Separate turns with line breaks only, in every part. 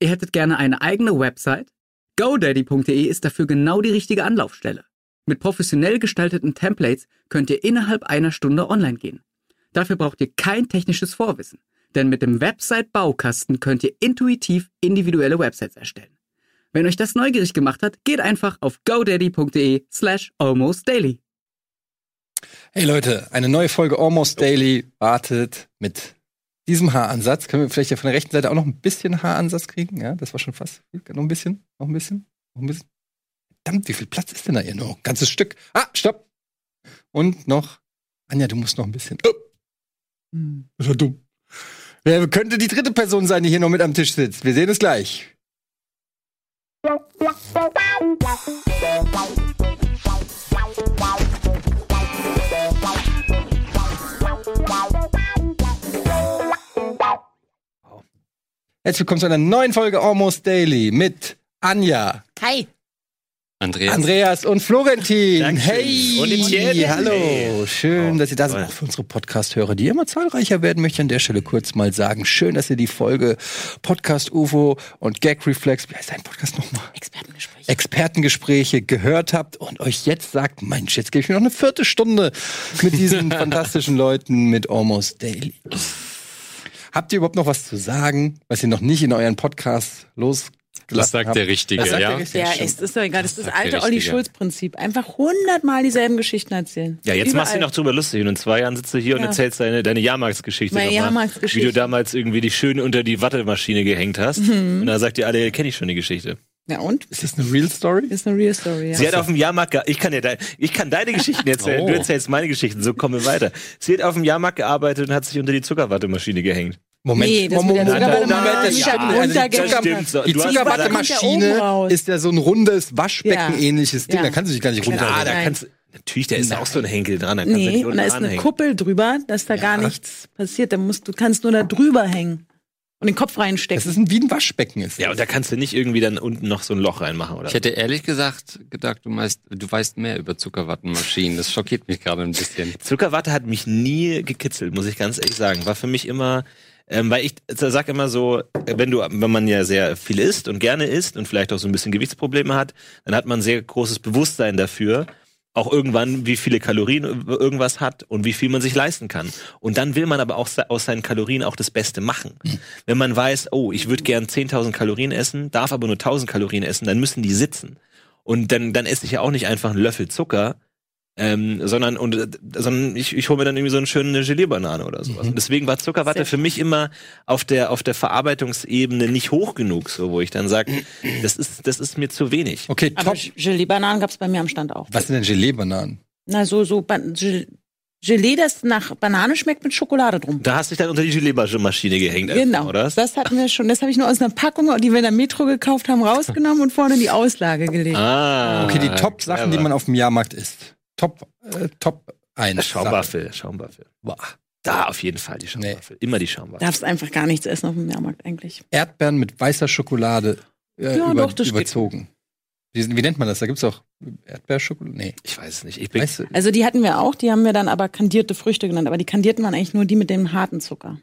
Ihr hättet gerne eine eigene Website? GoDaddy.de ist dafür genau die richtige Anlaufstelle. Mit professionell gestalteten Templates könnt ihr innerhalb einer Stunde online gehen. Dafür braucht ihr kein technisches Vorwissen, denn mit dem Website-Baukasten könnt ihr intuitiv individuelle Websites erstellen. Wenn euch das neugierig gemacht hat, geht einfach auf godaddy.de slash almostdaily.
Hey Leute, eine neue Folge Almost Daily wartet mit diesem Haaransatz. Können wir vielleicht ja von der rechten Seite auch noch ein bisschen Haaransatz kriegen? Ja, das war schon fast. Noch ein bisschen, noch ein bisschen, noch ein bisschen. Verdammt, wie viel Platz ist denn da hier noch? Ganzes Stück. Ah, stopp! Und noch, Anja, du musst noch ein bisschen. Oh. Das war dumm. Wer könnte die dritte Person sein, die hier noch mit am Tisch sitzt? Wir sehen es gleich. Herzlich willkommen zu einer neuen Folge Almost Daily mit Anja,
Hi.
Andreas.
Andreas und Florentin.
Dankeschön.
Hey,
Und Etienne.
hallo.
Hey.
Schön,
Oh,
dass ihr da seid.
toll.
Auch für unsere Podcast-Hörer, die immer zahlreicher werden, möchte ich an der Stelle kurz mal sagen. Schön, dass ihr die Folge Podcast UFO und Gag Reflex, wie heißt dein Podcast nochmal?
Expertengespräch.
Expertengespräche gehört habt und euch jetzt sagt, Mensch, jetzt gebe ich mir noch eine Viertelstunde mit diesen fantastischen Leuten mit Almost Daily. Habt ihr überhaupt noch was zu sagen, was ihr noch nicht in euren Podcast losgelassen habt?
Das sagt der Richtige,
Das sagt
ja.
der Richtige,
ja,
stimmt.
es ist doch egal. Das ist das
Sagt der
alte Olli
Richtige.
Schulz-Prinzip. Einfach hundertmal dieselben Geschichten erzählen.
Ja, jetzt
Überall.
machst du dich noch drüber lustig und in zwei Jahren sitzt du hier und
Ja.
erzählst deine, deine Jahrmarktsgeschichte.
Meine
nochmal,
Jahrmarktsgeschichte.
Wie du damals irgendwie dich schön unter die Wattemaschine gehängt hast.
Mhm.
Und da sagt ihr alle, kenne ich schon die Geschichte.
Ja, und?
Ist das eine Real Story?
Ist eine Real Story, ja.
Sie hat auf dem Jahrmarkt, ge- ich kann ja dein, ich kann deine Geschichten erzählen,
Oh.
du erzählst meine Geschichten, so kommen wir weiter. Sie hat auf dem Jahrmarkt gearbeitet und hat sich unter die Zuckerwattemaschine gehängt.
Moment,
Nee, das
Moment,
mit der
Moment, Moment,
Zuckerwatte-
Moment, das
Ja,
stimmt. Also
die
die
runtergegangen
Zucker-
stimmt. So,
die
du hast-
Die kommt ja oben
Zuckerwattemaschine
raus.
ist ja so ein rundes Waschbecken-ähnliches
Ja.
Ding. Da kannst du dich gar nicht
Klar.
runter.
Ah, da
Nein.
kannst, natürlich, da ist auch so ein Henkel dran, da kannst du
Nee,
nicht
und
unten
da ist eine
anhängen.
Kuppel drüber, dass da gar nichts passiert. Da musst, du kannst nur da drüber hängen und den Kopf
Das
reinstecken.
ist ein, wie ein Waschbecken ist.
Ja, und da kannst du nicht irgendwie dann unten noch so ein Loch reinmachen, oder?
Ich hätte ehrlich gesagt gedacht, du, meinst, du weißt mehr über Zuckerwattenmaschinen. Das schockiert mich gerade ein bisschen.
Zuckerwatte hat mich nie gekitzelt, muss ich ganz ehrlich sagen. War für mich immer, ähm, weil ich sag immer so, wenn du, wenn man ja sehr viel isst und gerne isst und vielleicht auch so ein bisschen Gewichtsprobleme hat, dann hat man sehr großes Bewusstsein dafür, auch irgendwann, wie viele Kalorien irgendwas hat und wie viel man sich leisten kann. Und dann will man aber auch se- aus seinen Kalorien auch das Beste machen. Wenn man weiß, oh, ich würde gern 10.000 Kalorien essen, darf aber nur 1.000 Kalorien essen, dann müssen die sitzen. Und dann, dann esse ich ja auch nicht einfach einen Löffel Zucker, ähm, sondern und äh, sondern ich, ich hole mir dann irgendwie so eine schöne Gelee-Banane oder sowas. Und deswegen war Zuckerwatte
Mhm. Sehr
für mich immer auf der auf der Verarbeitungsebene nicht hoch genug, so wo ich dann sage, das ist das ist mir zu wenig.
Okay,
Aber
top.
Gelee-Bananen gab es bei mir am Stand auch.
Was sind denn Gelee-Bananen?
Na, so, so Ban Gel- Gelee, das nach Banane schmeckt mit Schokolade drum.
Da hast du dich dann unter die Gelee-Maschine gehängt, einfach,
Genau,
oder?
das hatten wir schon. Das habe ich nur aus einer Packung, die wir in der Metro gekauft haben, rausgenommen und vorne in die Auslage gelegt.
Ah,
Okay, die Top-Sachen, die man auf dem Jahrmarkt isst. Top, äh, Top 1.
Schaumwaffel, Schaumwaffel. Da auf jeden Fall die Schaumwaffel. Immer die Schaumwaffel.
Darfst einfach gar nichts essen auf dem Jahrmarkt eigentlich.
Erdbeeren mit weißer Schokolade äh,
Ja,
über,
doch, das geht.
überzogen. Die sind, wie nennt man das? Da gibt's auch Erdbeerschokolade? Nee.
Ich weiß es nicht. Ich bin
Weißt du,
Also die hatten wir auch, die haben wir dann aber kandierte Früchte genannt. Aber die kandierten waren eigentlich nur die mit dem harten Zucker.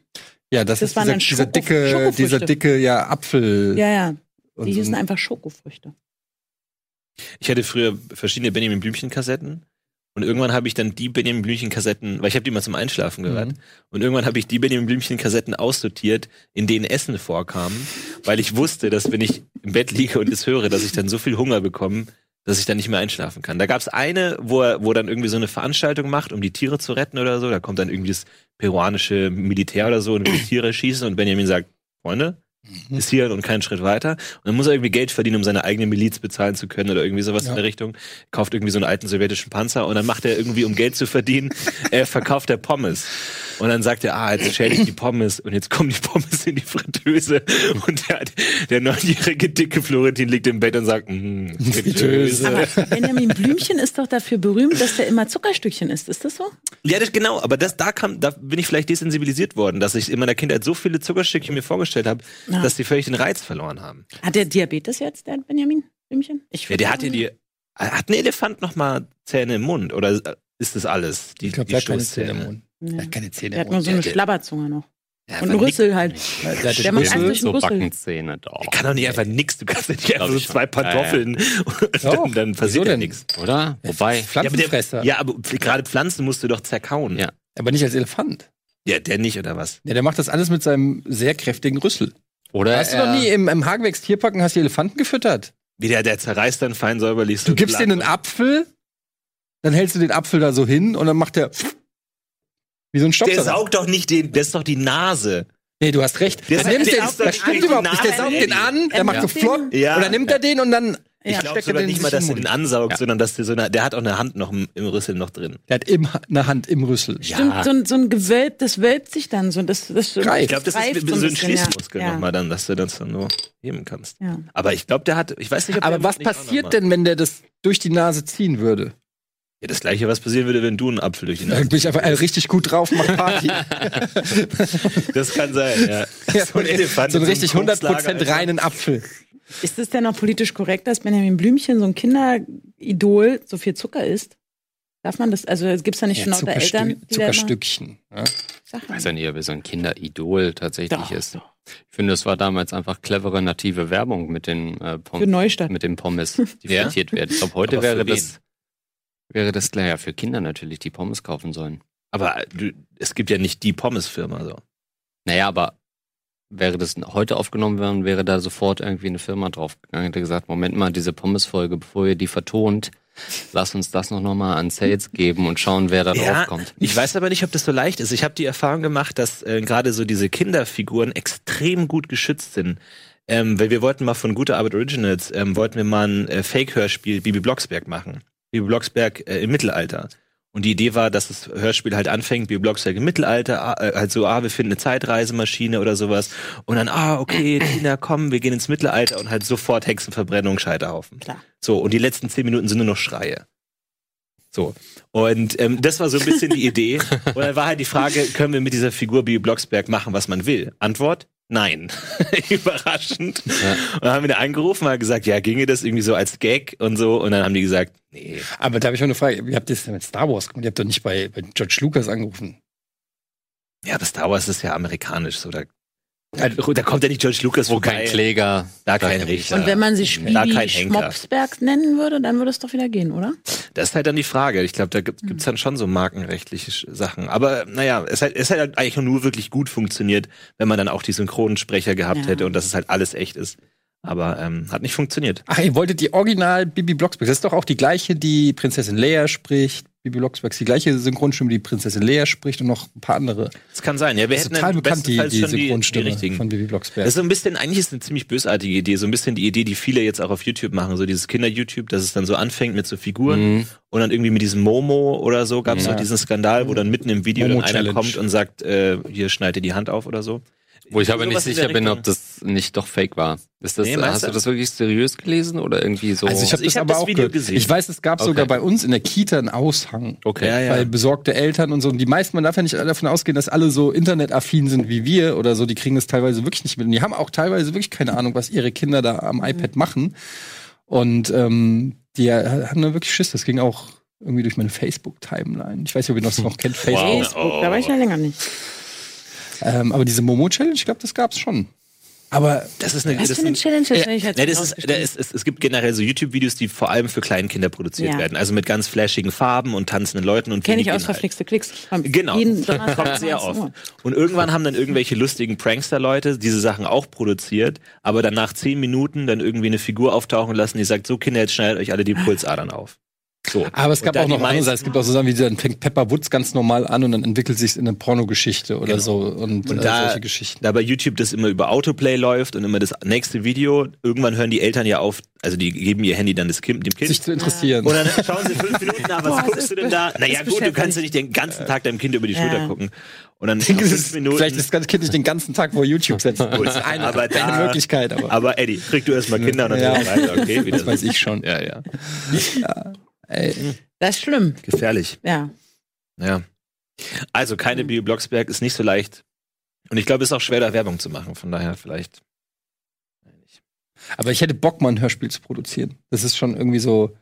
ja, das,
das
ist
waren
dieser,
dann
dieser
Schoko-
dicke,
Schokofrüchte.
dieser dicke ja, Apfel.
Ja, ja,
und
die
so
hießen
ein-
einfach Schokofrüchte.
Ich hatte früher verschiedene Benjamin Blümchen Kassetten und irgendwann habe ich dann die Benjamin Blümchen Kassetten, weil ich habe die mal zum Einschlafen gehört und irgendwann habe ich die Benjamin Blümchen Kassetten aussortiert, in denen Essen vorkam, weil ich wusste, dass wenn ich im Bett liege und es höre, dass ich dann so viel Hunger bekomme, dass ich dann nicht mehr einschlafen kann. Da gab es eine, wo er, wo er dann irgendwie so eine Veranstaltung macht, um die Tiere zu retten oder so. Da kommt dann irgendwie das peruanische Militär oder so und will die Tiere schießen und Benjamin sagt, Freunde, ist hier und keinen Schritt weiter. Und dann muss er irgendwie Geld verdienen, um seine eigene Miliz bezahlen zu können oder irgendwie sowas
Ja.
in der Richtung. Kauft irgendwie so einen alten sowjetischen Panzer und dann macht er irgendwie, um Geld zu verdienen, äh, verkauft er Pommes. Und dann sagt er, ah, jetzt schäle ich die Pommes und jetzt kommen die Pommes in die Fritteuse. Und der, der neunjährige dicke Florentin liegt im Bett und sagt, mm, Fritteuse.
Aber Benjamin Blümchen ist doch dafür berühmt, dass der immer Zuckerstückchen isst. Ist das so?
Ja, das, genau, aber das, da kam, da bin ich vielleicht desensibilisiert worden, dass ich in meiner Kindheit so viele Zuckerstückchen mir vorgestellt habe,
Ja.
dass die völlig den Reiz verloren haben.
Hat der Diabetes jetzt, der Benjamin Blümchen? Ich
Ja, der hat ja die. Hat ein Elefant noch mal Zähne im Mund oder ist das alles? Die,
Ich glaube,
die
der hat keine
Stoßzähne.
Zähne im Mund. Der
Ja.
hat keine Zähne
Der
im
hat nur
Mund.
so eine
Der-
Schlabberzunge noch.
Ja,
Und ein Rüssel halt.
Der
Der
Rüssel-
macht einfach
so
einen Rüssel.
Backenzähne da.
Ich kann doch nicht einfach nix, du kannst nicht einfach
Glaub
so
ich schon.
zwei Pantoffeln und
Doch.
dann, dann passiert
Wieso
ja
denn?
nichts.
Oder? Wobei,
Pflanzenfresser.
Ja, aber pf- gerade Pflanzen musst du doch zerkauen.
Ja.
Aber nicht als Elefant.
ja der nicht, oder was?
Ja, der macht das alles mit seinem sehr kräftigen Rüssel.
oder
Hast du noch
er-
nie im, im Hagewegs Tierpark und hast die Elefanten gefüttert?
Wie der, der zerreißt dann fein säuberlich so
Du gibst
Blatt.
denen einen Apfel, dann hältst du den Apfel da so hin und dann macht der wie so ein
Der
Staubsauger.
saugt doch nicht den, das ist doch die Nase.
Nee, du hast recht.
Der
Dann
saugt-
nimmst
der
den,
saugt
das
doch
stimmt
nicht
überhaupt nicht. Der
den
saugt den
Namen.
an, der
Er
macht so
macht den-
flott.
Ja.
Oder nimmt er den und dann
Ich
Ja.
glaube
steckt er
sogar
den
nicht
sich
mal,
in
dass
den
er
Mund.
den ansaugt,
Ja.
sondern dass der so eine, der hat auch eine Hand noch im, im Rüssel noch drin.
Der hat im, eine Hand im Rüssel.
Stimmt, so, ein, so ein Gewölb, das wölbt sich dann so. Das, das
Greift.
Ich glaube, das
greift
ist so ein
bisschen, ja.
Schließmuskel
Ja.
nochmal dann, dass du das dann nur heben kannst.
Ja.
Aber ich glaube, der hat, ich weiß nicht, ob
Aber
der
was
nicht auch noch mal-
passiert denn, wenn der das durch die Nase ziehen würde?
Ja, das gleiche, was passieren würde, wenn du einen Apfel durch die
Da
Nase.
bin ich einfach äh, richtig gut drauf, mach Party.
Das kann sein, ja.
so ein
Elefant in so einem
richtig 100%
Kokslager,
reinen Apfel.
Ist es denn noch politisch korrekt, dass Benjamin Blümchen, so ein Kinderidol, so viel Zucker isst? Darf man das? Also gibt es da nicht schon lauter
Zuckerstü-
Eltern, die da immer
Zuckerstückchen. Ja.
Sachen
weiß ja nicht, ob er so ein Kinderidol tatsächlich
Doch,
ist.
doch.
Ich finde, das war damals einfach clevere native Werbung mit den äh,
für
Pommes,
Neustadt?
mit den Pommes, die
Ja?
frittiert werden. Ich glaube, heute
Aber für
wäre
wen?
das, wäre das klar, ja, für Kinder natürlich, die Pommes kaufen sollen.
Aber äh, du, es gibt ja nicht die Pommesfirma so.
Naja, aber wäre das heute aufgenommen worden, wäre da sofort irgendwie eine Firma draufgegangen, hätte gesagt, Moment mal, diese Pommes-Folge, bevor ihr die vertont, lass uns das noch nochmal an Sales geben und schauen, wer da
Ja,
draufkommt.
Ich weiß aber nicht, ob das so leicht ist. Ich habe die Erfahrung gemacht, dass äh, gerade so diese Kinderfiguren extrem gut geschützt sind. Ähm, weil wir wollten mal von Gute Arbeit Originals, ähm, wollten wir mal ein äh, Fake-Hörspiel Bibi Blocksberg machen. Bibi Blocksberg äh, im Mittelalter. Und die Idee war, dass das Hörspiel halt anfängt, Bibi Blocksberg im Mittelalter, ah, äh, halt so, ah, wir finden eine Zeitreisemaschine oder sowas. Und dann, ah, okay, Tina, komm, wir gehen ins Mittelalter und halt sofort Hexenverbrennung, Scheiterhaufen.
Klar.
So, und die letzten zehn Minuten sind nur noch Schreie. So. Und ähm, das war so ein bisschen die Idee. Und dann war halt die Frage, können wir mit dieser Figur Bibi Blocksberg machen, was man will? Antwort? Nein. Überraschend. Und dann haben wir da angerufen und haben gesagt, ja, ginge das irgendwie so als Gag und so. Und dann haben die gesagt, nee.
Aber da habe ich mal eine Frage. Wie habt ihr das denn mit Star Wars gemacht? Ihr habt doch nicht bei, bei George Lucas angerufen.
Ja, aber Star Wars ist ja amerikanisch. So, da, da, da kommt ja nicht George Lucas
Wo kein Kläger,
Da kein
kann
Richter.
ich-
Und wenn man sich
Da kein
Schmiedi
Henker.
Schmopsberg nennen würde, dann würde es doch wieder gehen, oder?
Das ist halt dann die Frage. Ich glaube, da gibt es dann schon so markenrechtliche Sch- Sachen. Aber naja, es hat, es hat halt eigentlich nur wirklich gut funktioniert, wenn man dann auch die Synchronsprecher gehabt
Ja.
hätte und dass es halt alles echt ist. Aber ähm, hat nicht funktioniert.
Ach, ihr wolltet die Original Bibi Blocksberg. Das ist doch auch die gleiche, die Prinzessin Leia spricht. Bibi Blocksberg ist die gleiche Synchronstimme, die Prinzessin Leia spricht und noch ein paar andere.
Das kann sein. Ja, wir
Das ist
hätten
total
im
bekannt,
besten
die,
Fall
die
schon
Synchronstimme
richtigen.
von Bibi Blocksberg.
das ist so ein bisschen, eigentlich ist es eine ziemlich bösartige Idee, so ein bisschen die Idee, die viele jetzt auch auf YouTube machen, so dieses Kinder-YouTube, dass es dann so anfängt mit so Figuren
Mhm.
und dann irgendwie mit diesem Momo oder so gab es
Ja.
noch diesen Skandal, wo dann mitten im Video dann einer
Momo-Challenge.
kommt und sagt, äh, hier schneid dir die Hand auf oder so.
Wo ich aber nicht
Sowas in der
sicher bin,
Richtung.
ob das nicht doch fake war. Ist das,
Nee, meinst
hast du
du?
das wirklich seriös gelesen oder irgendwie so?
also ich habe
Ich
das
hab
aber
das
auch
Video
gehört.
gesehen.
Ich weiß, es gab
Okay.
sogar bei uns in der Kita einen Aushang.
okay.
Ja, ja.
Weil besorgte Eltern und so. Und die meisten, man darf ja nicht davon ausgehen, dass alle so internetaffin sind wie wir oder so. Die kriegen das teilweise wirklich nicht mit. Und die haben auch teilweise wirklich keine Ahnung, was ihre Kinder da am
Mhm.
iPad machen. Und ähm, die äh, haben da wirklich Schiss. Das ging auch irgendwie durch meine Facebook-Timeline. Ich weiß nicht, ob ihr das noch kennt, Facebook.
eh Facebook, da war ich ja länger nicht.
Ähm, aber diese Momo-Challenge, ich glaube, das gab's schon. Aber
Das ist eine,
Was
das
für eine
sind-
Challenge
Ja,
hätte ich jetzt
nee, das ist, da ist, es, es gibt generell so YouTube-Videos, die vor allem für Kleinkinder produziert
Ja.
werden. Also mit ganz flashigen Farben und tanzenden Leuten und halt.
Kenne ich
wenig
aus
Inhalt.
verflixte Klicks. Kommt
Genau.
Jeden Donnerstag
Kommt sehr
19 Uhr.
oft. Und irgendwann haben dann irgendwelche lustigen Prankster-Leute diese Sachen auch produziert, aber dann nach zehn Minuten dann irgendwie eine Figur auftauchen lassen, die sagt, so Kinder, jetzt schneidet euch alle die Pulsadern auf. So.
Aber es
Und
gab
dann
auch noch
die
andere
meisten-
Sachen. Es gibt auch so Sachen wie, dann fängt Pepper Woods ganz normal an und dann entwickelt sich in eine Pornogeschichte oder
Genau.
so. Und,
Und
äh,
da-
solche Geschichten.
da bei YouTube das immer über Autoplay läuft und immer das nächste Video, irgendwann hören die Eltern ja auf, also die geben ihr Handy dann das Kind, dem Kind.
Sich zu interessieren.
Und dann schauen sie fünf Minuten nach, was
Boah,
guckst
das
du denn
ist
da?
be-
Naja,
das
gut, du
beschäftigt.
kannst ja nicht den ganzen Tag deinem Kind über die
Ja.
Schulter gucken. Und dann nach
Es ist-
fünf Minuten.
Vielleicht ist das Kind nicht den ganzen Tag vor YouTube setzen. Das ist eine,
aber da-
eine Möglichkeit, aber.
aber Eddie, krieg du erstmal Kinder und dann
Ja.
ja. weiter, okay? Wie
das weiß
ist.
ich schon.
Ja, ja.
Ey,
Das ist schlimm.
Gefährlich.
Ja.
Ja. Also
Mhm.
keine Bibi Blocksberg ist nicht so leicht. Und ich glaube, es ist auch schwer, da Werbung zu machen. Von daher vielleicht.
aber ich hätte Bock, mal ein Hörspiel zu produzieren. Das ist schon irgendwie so.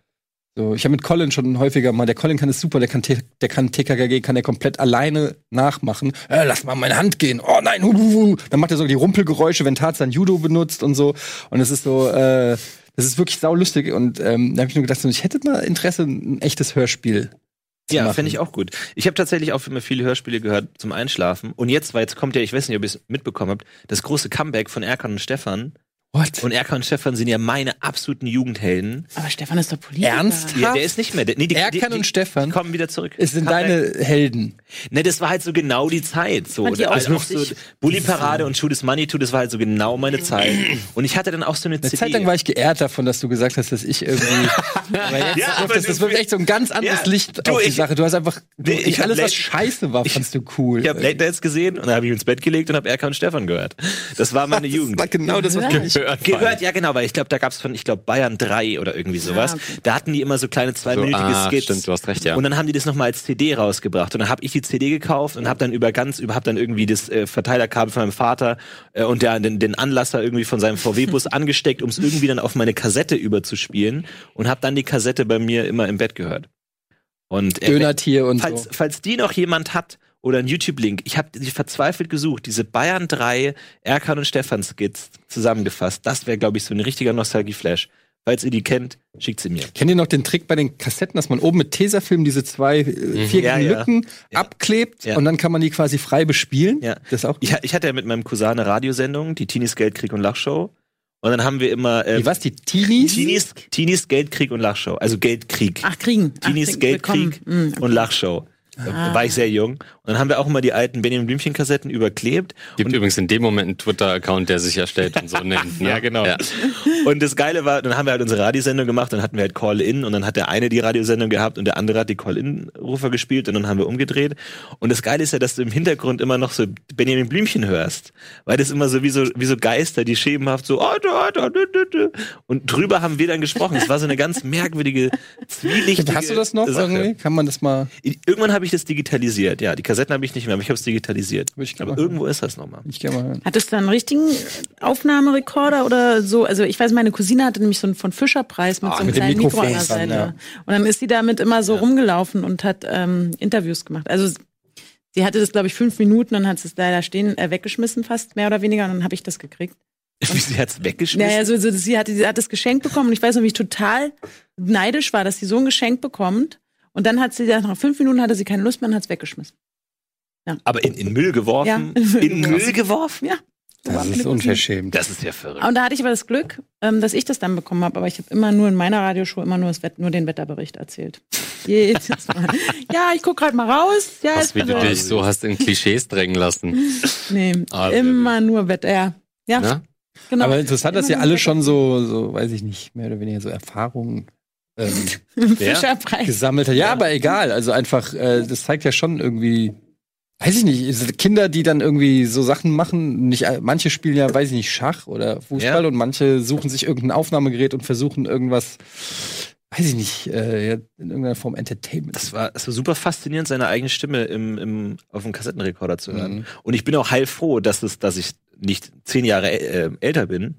So, ich habe mit Colin schon häufiger mal, der Colin kann es super, der kann, T- der kann TKKG, kann er komplett alleine nachmachen. Äh, lass mal meine Hand gehen. Oh nein, hu, hu, hu. Dann macht er so die Rumpelgeräusche, wenn Tarzan Judo benutzt und so. Und es ist so, äh, das ist wirklich saulustig. Und ähm, da habe ich nur gedacht, so, ich hätte mal Interesse, ein echtes Hörspiel. zu
Ja,
machen.
fände ich auch gut. Ich habe tatsächlich auch immer viele Hörspiele gehört zum Einschlafen. Und jetzt, weil jetzt kommt ja, ich weiß nicht, ob ihr es mitbekommen habt, das große Comeback von Erkan und Stefan.
What?
Und Erkan und Stefan sind ja meine absoluten Jugendhelden.
Aber Stefan ist doch Politiker.
Ernst?
Ja, der ist nicht mehr. Der, nee, die,
Erkan
die, die,
und Stefan?
die kommen wieder zurück.
es sind
Comeback.
deine Helden.
Ne, das war halt so genau die Zeit. So.
Fand die auch
Also auch so
lustig.
Bully Parade und Shoot is Money Too, das war halt so genau meine
Mhm.
Zeit. Und ich hatte dann auch so eine,
Eine
CD.
Zeit lang war ich geehrt davon, dass du gesagt hast, dass ich irgendwie. aber jetzt
Ja, aber
wirft das,
du-
das wirft echt so ein ganz anderes
Ja,
Licht
du,
auf die
ich-
Sache. Du hast einfach. Du,
Nee, ich hab
alles, was
Late-
scheiße war,
ich-
fandst du cool.
ich habe Late Nights gesehen und dann habe ich mich ins Bett gelegt und habe Erkan und Stefan gehört. Das war meine Jugend.
war genau das, was ich.
Gehört,
Gehört, ja genau, weil ich glaube, da gab es von, ich glaube, Bayern 3 oder irgendwie sowas.
Ah, okay.
Da hatten die immer so kleine zweiminütige
ah,
Skits.
stimmt, du hast recht, ja.
Und dann haben die das nochmal als CD rausgebracht. Und dann habe ich die CD gekauft und habe dann über ganz, über, hab dann irgendwie das äh, Verteilerkabel von meinem Vater äh, und der, den, den Anlasser irgendwie von seinem VW-Bus angesteckt, um es irgendwie dann auf meine Kassette überzuspielen. Und habe dann die Kassette bei mir immer im Bett gehört. Und äh,
Dönertier und
falls,
so.
falls die noch jemand hat oder einen YouTube-Link, ich habe die verzweifelt gesucht, diese Bayern 3 Erkan und Stefan Skits zusammengefasst. Das wäre, glaube ich, so ein richtiger Nostalgie-Flash. Falls ihr die kennt, schickt sie mir.
Kennt ihr noch den Trick bei den Kassetten, dass man oben mit Tesafilm diese zwei äh, vier
Mhm. Ja, ja.
Lücken abklebt
Ja.
und dann kann man die quasi frei bespielen?
Ja.
Das ist auch.
Ich, ich hatte ja mit meinem Cousin eine Radiosendung, die Teenies Geld, Krieg und Lachshow. Und dann haben wir immer ähm,
die, was? Die Teenies?
Teenies, Teenies Geld, Krieg und Lachshow. Also Geldkrieg.
Ach, kriegen. Ach,
Teenies
kriegen.
Geld,
Willkommen. Ah.
Krieg
Mm.
und Lachshow. Da war ich sehr jung. Und dann haben wir auch immer die alten Benjamin Blümchen-Kassetten überklebt.
Gibt übrigens in dem Moment einen Twitter-Account, der sich erstellt und so nennt. Ne?
Ja, genau. Und das Geile war, dann haben wir halt unsere Radiosendung gemacht, dann hatten wir halt Call-In und dann hat der eine die Radiosendung gehabt und der andere hat die Call-In-Rufer gespielt und dann haben wir umgedreht. Und das Geile ist ja, dass du im Hintergrund immer noch so Benjamin Blümchen hörst, weil das immer so wie so, wie so Geister, die schemenhaft so ah, da, da, da, da, da. und drüber haben wir dann gesprochen. Es war so eine ganz merkwürdige, zwielichtige
Hast du das noch
Sache.
irgendwie? Kann man das mal.
Irgendwann habe ich das digitalisiert, ja. Die Kassetten habe ich nicht mehr, aber ich habe es digitalisiert.
Würde ich gerne
Aber
mal-
irgendwo ist das nochmal.
Ich gerne mal hören.
Hattest du einen richtigen Aufnahmerekorder oder so? Also ich weiß, meine Cousine hatte nämlich so einen von Fischer Preis mit
Ah,
so einem
mit dem
kleinen Mikro an der
Mikrofon
Seite.
dann, ja.
Und dann ist sie damit immer so rumgelaufen und hat ähm, Interviews gemacht. Also sie hatte das, glaube ich, fünf Minuten und hat es leider stehen äh, weggeschmissen fast, mehr oder weniger. Und dann habe ich das gekriegt.
Wie sie hat's weggeschmissen?
Naja, so, so, sie hat, sie hat das Geschenk bekommen und ich weiß noch, wie ich total neidisch war, dass sie so ein Geschenk bekommt. Und dann hat sie das nach fünf Minuten hatte sie keine Lust mehr und hat es weggeschmissen.
Aber in, in Müll
Ja, Genau.
geworfen. in Müll geworfen?
Ja. So
Das
war meine
ist
Cousine.
unverschämt.
Das ist ja verrückt.
Und da hatte ich aber das Glück, ähm, dass ich das dann bekommen habe. Aber ich habe immer nur in meiner Radioshow immer nur, das Wett nur den Wetterbericht erzählt. Jedes Mal. ja, ich guck gerade mal raus. Ja,
Was,
ist
wie du
bitte-
dich so hast in Klischees drängen lassen.
Nee,
Ah, sehr
immer nur Wetter. Ja, ja
Ne?
genau.
Aber interessant, dass
Immer
ihr
nur
alle
Wetter-
schon so, so, weiß ich nicht, mehr oder weniger so Erfahrungen ähm,
Fischerpreis.
gesammelt hat. Ja, aber egal. Also einfach, äh, das zeigt ja schon irgendwie, weiß ich nicht, es sind Kinder, die dann irgendwie so Sachen machen. Nicht, all- manche spielen ja, weiß ich nicht, Schach oder Fußball
Ja.
und manche suchen sich irgendein Aufnahmegerät und versuchen irgendwas, weiß ich nicht, äh, ja, in irgendeiner Form Entertainment.
Das war, es war super faszinierend, seine eigene Stimme im, im, auf dem Kassettenrekorder zu hören.
Mhm.
Und ich bin auch heilfroh, dass, es, dass ich nicht zehn Jahre äl- äh, älter bin,